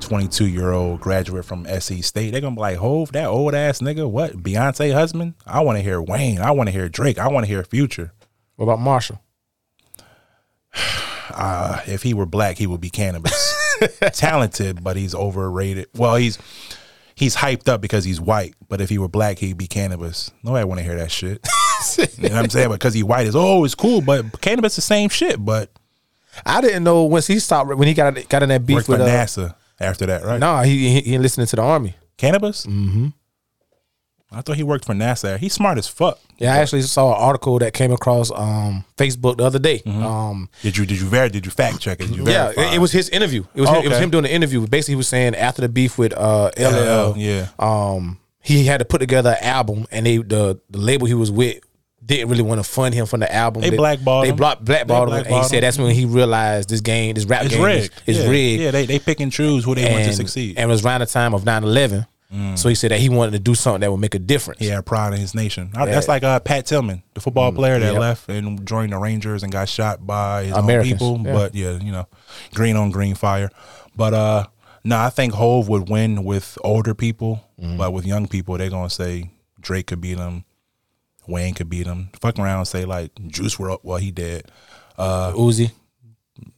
S2: 22 year old graduate from SE State, they're gonna be like, Hove, that old ass nigga, what? Beyonce husband? I wanna hear Wayne. I wanna hear Drake. I wanna hear Future.
S1: What about Marshall?
S2: Uh, if he were black, he would be cannabis. Talented, but he's overrated. Well, he's he's hyped up because he's white, but if he were black, he'd be cannabis. Nobody wanna hear that shit. you know what I'm saying? Because he's white is oh, it's cool, but cannabis the same shit, but
S1: I didn't know once he stopped when he got got in that beef
S2: work for
S1: with uh,
S2: NASA after that, right?
S1: Nah, he, he he ain't listening to the army.
S2: Cannabis? Mm-hmm. I thought he worked for NASA. He's smart as fuck.
S1: Yeah, I actually saw an article that came across um, Facebook the other day.
S2: Mm-hmm.
S1: Um,
S2: Did you did you ver- did you fact check it? Did you
S1: yeah,
S2: verify
S1: it, it was his interview. It was him, it was
S2: Okay.
S1: him doing the interview. Basically, he was saying after the beef with uh, LL,
S2: LL, yeah.
S1: um, he had to put together an album, and they the, the label he was with didn't really want to fund him from the album.
S2: They blackballed
S1: They
S2: him.
S1: blocked, blackballed,
S2: They
S1: him, and he
S2: blackballed him.
S1: said that's when he realized this game, this rap
S2: It's
S1: game,
S2: rigged.
S1: is, is
S2: yeah.
S1: rigged
S2: Yeah, they, they pick and choose who they want to
S1: and,
S2: succeed. Mm.
S1: and it was around the time of 9 11. So he said that he wanted to do something that would make a difference.
S2: yeah, proud of his nation. I- That's like uh, Pat Tillman, the football player that
S1: Mm, yep.
S2: left and joined the Rangers and got shot by his
S1: Americans,
S2: own people.
S1: yeah.
S2: But yeah, you know, green on green fire. But uh, no, I think Hove would win with older people,
S1: Mm-hmm.
S2: but with young people, they're gonna say Drake could beat him, Wayne could beat him. Fuck around, and say like Juice were up while he dead.
S1: Uzi.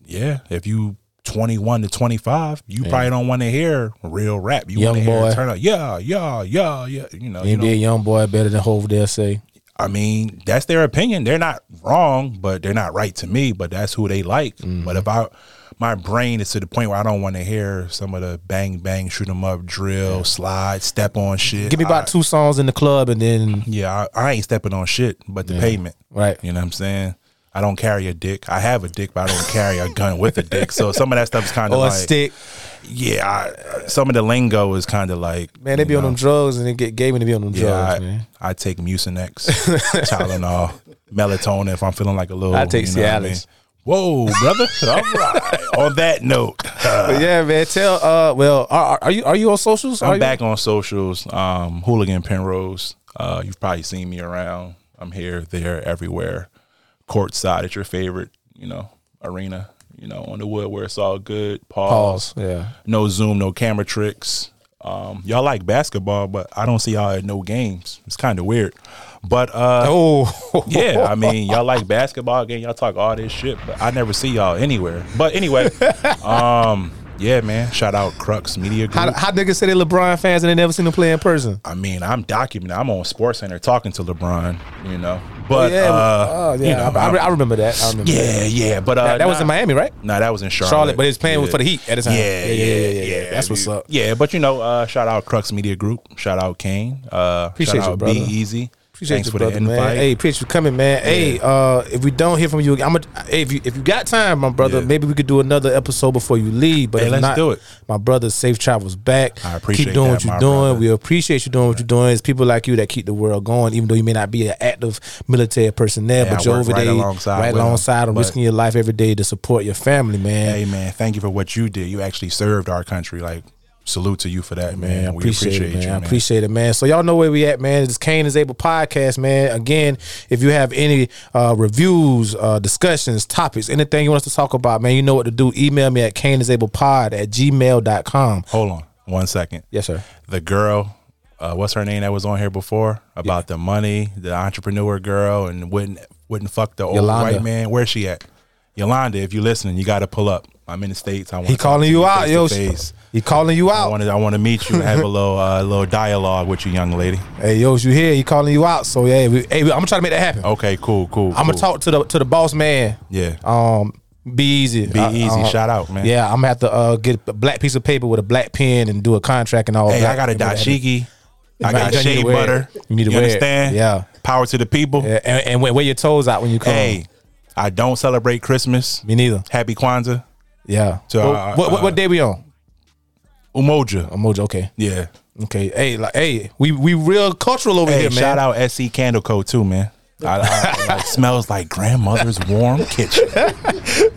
S2: Yeah, if you 21 to 25, you probably don't want to hear real rap. You
S1: Young
S2: want to hear
S1: boy.
S2: turn up, yeah, yeah, yeah, yeah. You know, you
S1: NBA
S2: know,
S1: young boy better than Hov Dell say.
S2: I mean, that's their opinion. They're not wrong, but they're not right to me. But that's who they like.
S1: Mm-hmm.
S2: But if I, my brain is to the point where I don't want to hear some of the bang bang, shoot 'em up, drill, slide, step on shit.
S1: Give me about
S2: I-
S1: two songs in the club and then
S2: yeah, I, I ain't stepping on shit, but the pavement.
S1: Right.
S2: You know what I'm saying? I don't carry a dick. I have a dick, but I don't carry a gun with a dick. So some of that stuff is kind of
S1: or a
S2: like
S1: stick.
S2: yeah, I, some of the lingo is kind of like
S1: Man, they
S2: you
S1: be on
S2: know,
S1: them drugs and they get gay when they be on them
S2: Yeah,
S1: drugs, man.
S2: I, I take Mucinex, Tylenol, melatonin if I'm feeling like a little.
S1: I take
S2: you know what
S1: Cialis.
S2: mean? Whoa, brother! All right. on that note, uh,
S1: But yeah, man. Tell uh well, are, are- are you are you on socials? Are
S2: I'm
S1: you-
S2: back on socials. Um, Hooligan Penrose. Uh, you've probably seen me around. I'm here, there, everywhere. Courtside at your favorite, you know, arena. You know, on the wood where it's all good.
S1: Pause. Yeah.
S2: no Zoom, no camera tricks. Um, y'all like basketball, but I don't see y'all at no games. It's kind of weird. But uh,
S1: Oh
S2: yeah, I mean, y'all like basketball again. Y'all talk all this shit, but I never see y'all anywhere. But anyway, um, yeah, man. Shout out Crux Media Group.
S1: How, how niggas say they LeBron fans and they never seen him play in person?
S2: I mean, I'm documenting. I'm on Sports Center talking to LeBron. You know, but
S1: yeah,
S2: uh,
S1: oh, yeah.
S2: you know,
S1: I, I re- I remember that. I remember that.
S2: yeah, yeah. But uh,
S1: That, that was
S2: nah.
S1: in Miami, right?
S2: No, that was in Charlotte.
S1: Charlotte, but he was playing for the Heat at the time.
S2: Yeah, yeah, yeah, yeah.
S1: That's what's
S2: dude.
S1: up.
S2: Yeah, but you know, uh, shout out Crux Media Group. Shout out Kane. Uh,
S1: Appreciate
S2: shout
S1: you,
S2: out
S1: brother.
S2: Be Easy.
S1: Appreciate
S2: Thanks
S1: you,
S2: for
S1: brother,
S2: the invite.
S1: man. Hey, appreciate you coming, man. Hey, uh, if we don't hear from you, I'm a, hey, if you if you got time, my brother,
S2: Yeah.
S1: maybe we could do another episode before you leave. But
S2: Hey,
S1: if
S2: let's
S1: not,
S2: do it.
S1: My brother, safe travels back.
S2: I appreciate
S1: keep doing
S2: that,
S1: what you're
S2: my
S1: doing.
S2: brother.
S1: We appreciate you doing what you're doing. It's people like you that keep the world going, even though you may not be an active military personnel,
S2: Yeah, I
S1: but you're
S2: work
S1: over
S2: right
S1: there,
S2: alongside
S1: right
S2: with 'em,
S1: alongside, and
S2: but-
S1: risking your life every day to support your family, man.
S2: Hey, man. Thank you for what you did. You actually served our country. Like, salute to you for that, man.
S1: man. I
S2: we
S1: appreciate,
S2: appreciate
S1: it, man.
S2: you,
S1: I
S2: man.
S1: appreciate it, man. So y'all know where we at, man. It's Kane is Able podcast, man. Again, if you have any uh, reviews, uh, discussions, topics, anything you want us to talk about, man, you know what to do. Email me at caneisablepod at gmail.com.
S2: Hold on, one second.
S1: Yes, sir.
S2: The girl. Uh, what's her name that was on here before about the money, the entrepreneur girl, and wouldn't wouldn't fuck the old
S1: Yolanda.
S2: white man? Where's she at? Yolanda, if you're listening, you got to pull up. I'm in the states. I want
S1: He calling you out, yo.
S2: Face.
S1: He calling you
S2: I
S1: out.
S2: want to I want to meet you and have a little uh, little dialogue with you, young lady.
S1: Hey, yo, you here? He calling you out. So yeah, we, hey, I'm gonna try to make that happen.
S2: Okay, cool, cool.
S1: I'm gonna
S2: Oh, cool.
S1: talk to the to the boss man.
S2: Yeah,
S1: Um, be easy. uh-huh.
S2: be easy. Shout out, man.
S1: uh, Yeah, I'm gonna have to uh, get a black piece of paper with a black pen and do a contract and all.
S2: Hey,
S1: that.
S2: I got a
S1: And make that happen.
S2: dashiki.
S1: Right,
S2: I got
S1: you need to
S2: shea
S1: wear it.
S2: butter.
S1: You need to wear it.
S2: understand?
S1: Yeah.
S2: Power to the people.
S1: Yeah, and, and wear, wear your toes out when you come.
S2: Hey, I don't celebrate Christmas.
S1: Me neither.
S2: Happy Kwanzaa.
S1: Yeah.
S2: So,
S1: what,
S2: uh,
S1: what, what,
S2: uh,
S1: what day we on?
S2: Umoja.
S1: Mojo. Okay.
S2: Yeah.
S1: Okay. Hey, like, hey, we we real cultural over
S2: Hey,
S1: here, man.
S2: shout out SC Candle Co too, man. I, I, it smells like grandmother's warm kitchen.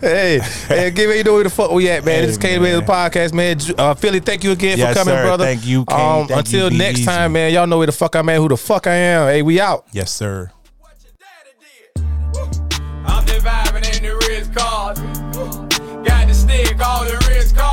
S1: Hey, hey, give me know where the fuck we at, man.
S2: Hey,
S1: this is Kane
S2: man.
S1: the podcast, man. Ju- Uh, Philly, thank you again
S2: Yes,
S1: for coming,
S2: sir.
S1: brother. Um,
S2: Thank you, Kane. Thank you,
S1: until
S2: Be
S1: next
S2: Easy.
S1: time, man. Y'all know where the fuck I'm at. Who the fuck I am? Hey, we out.
S2: yes, sir.
S3: What your daddy did. I'm surviving in the Ritz cars. Got the stick, all the Ritz cars.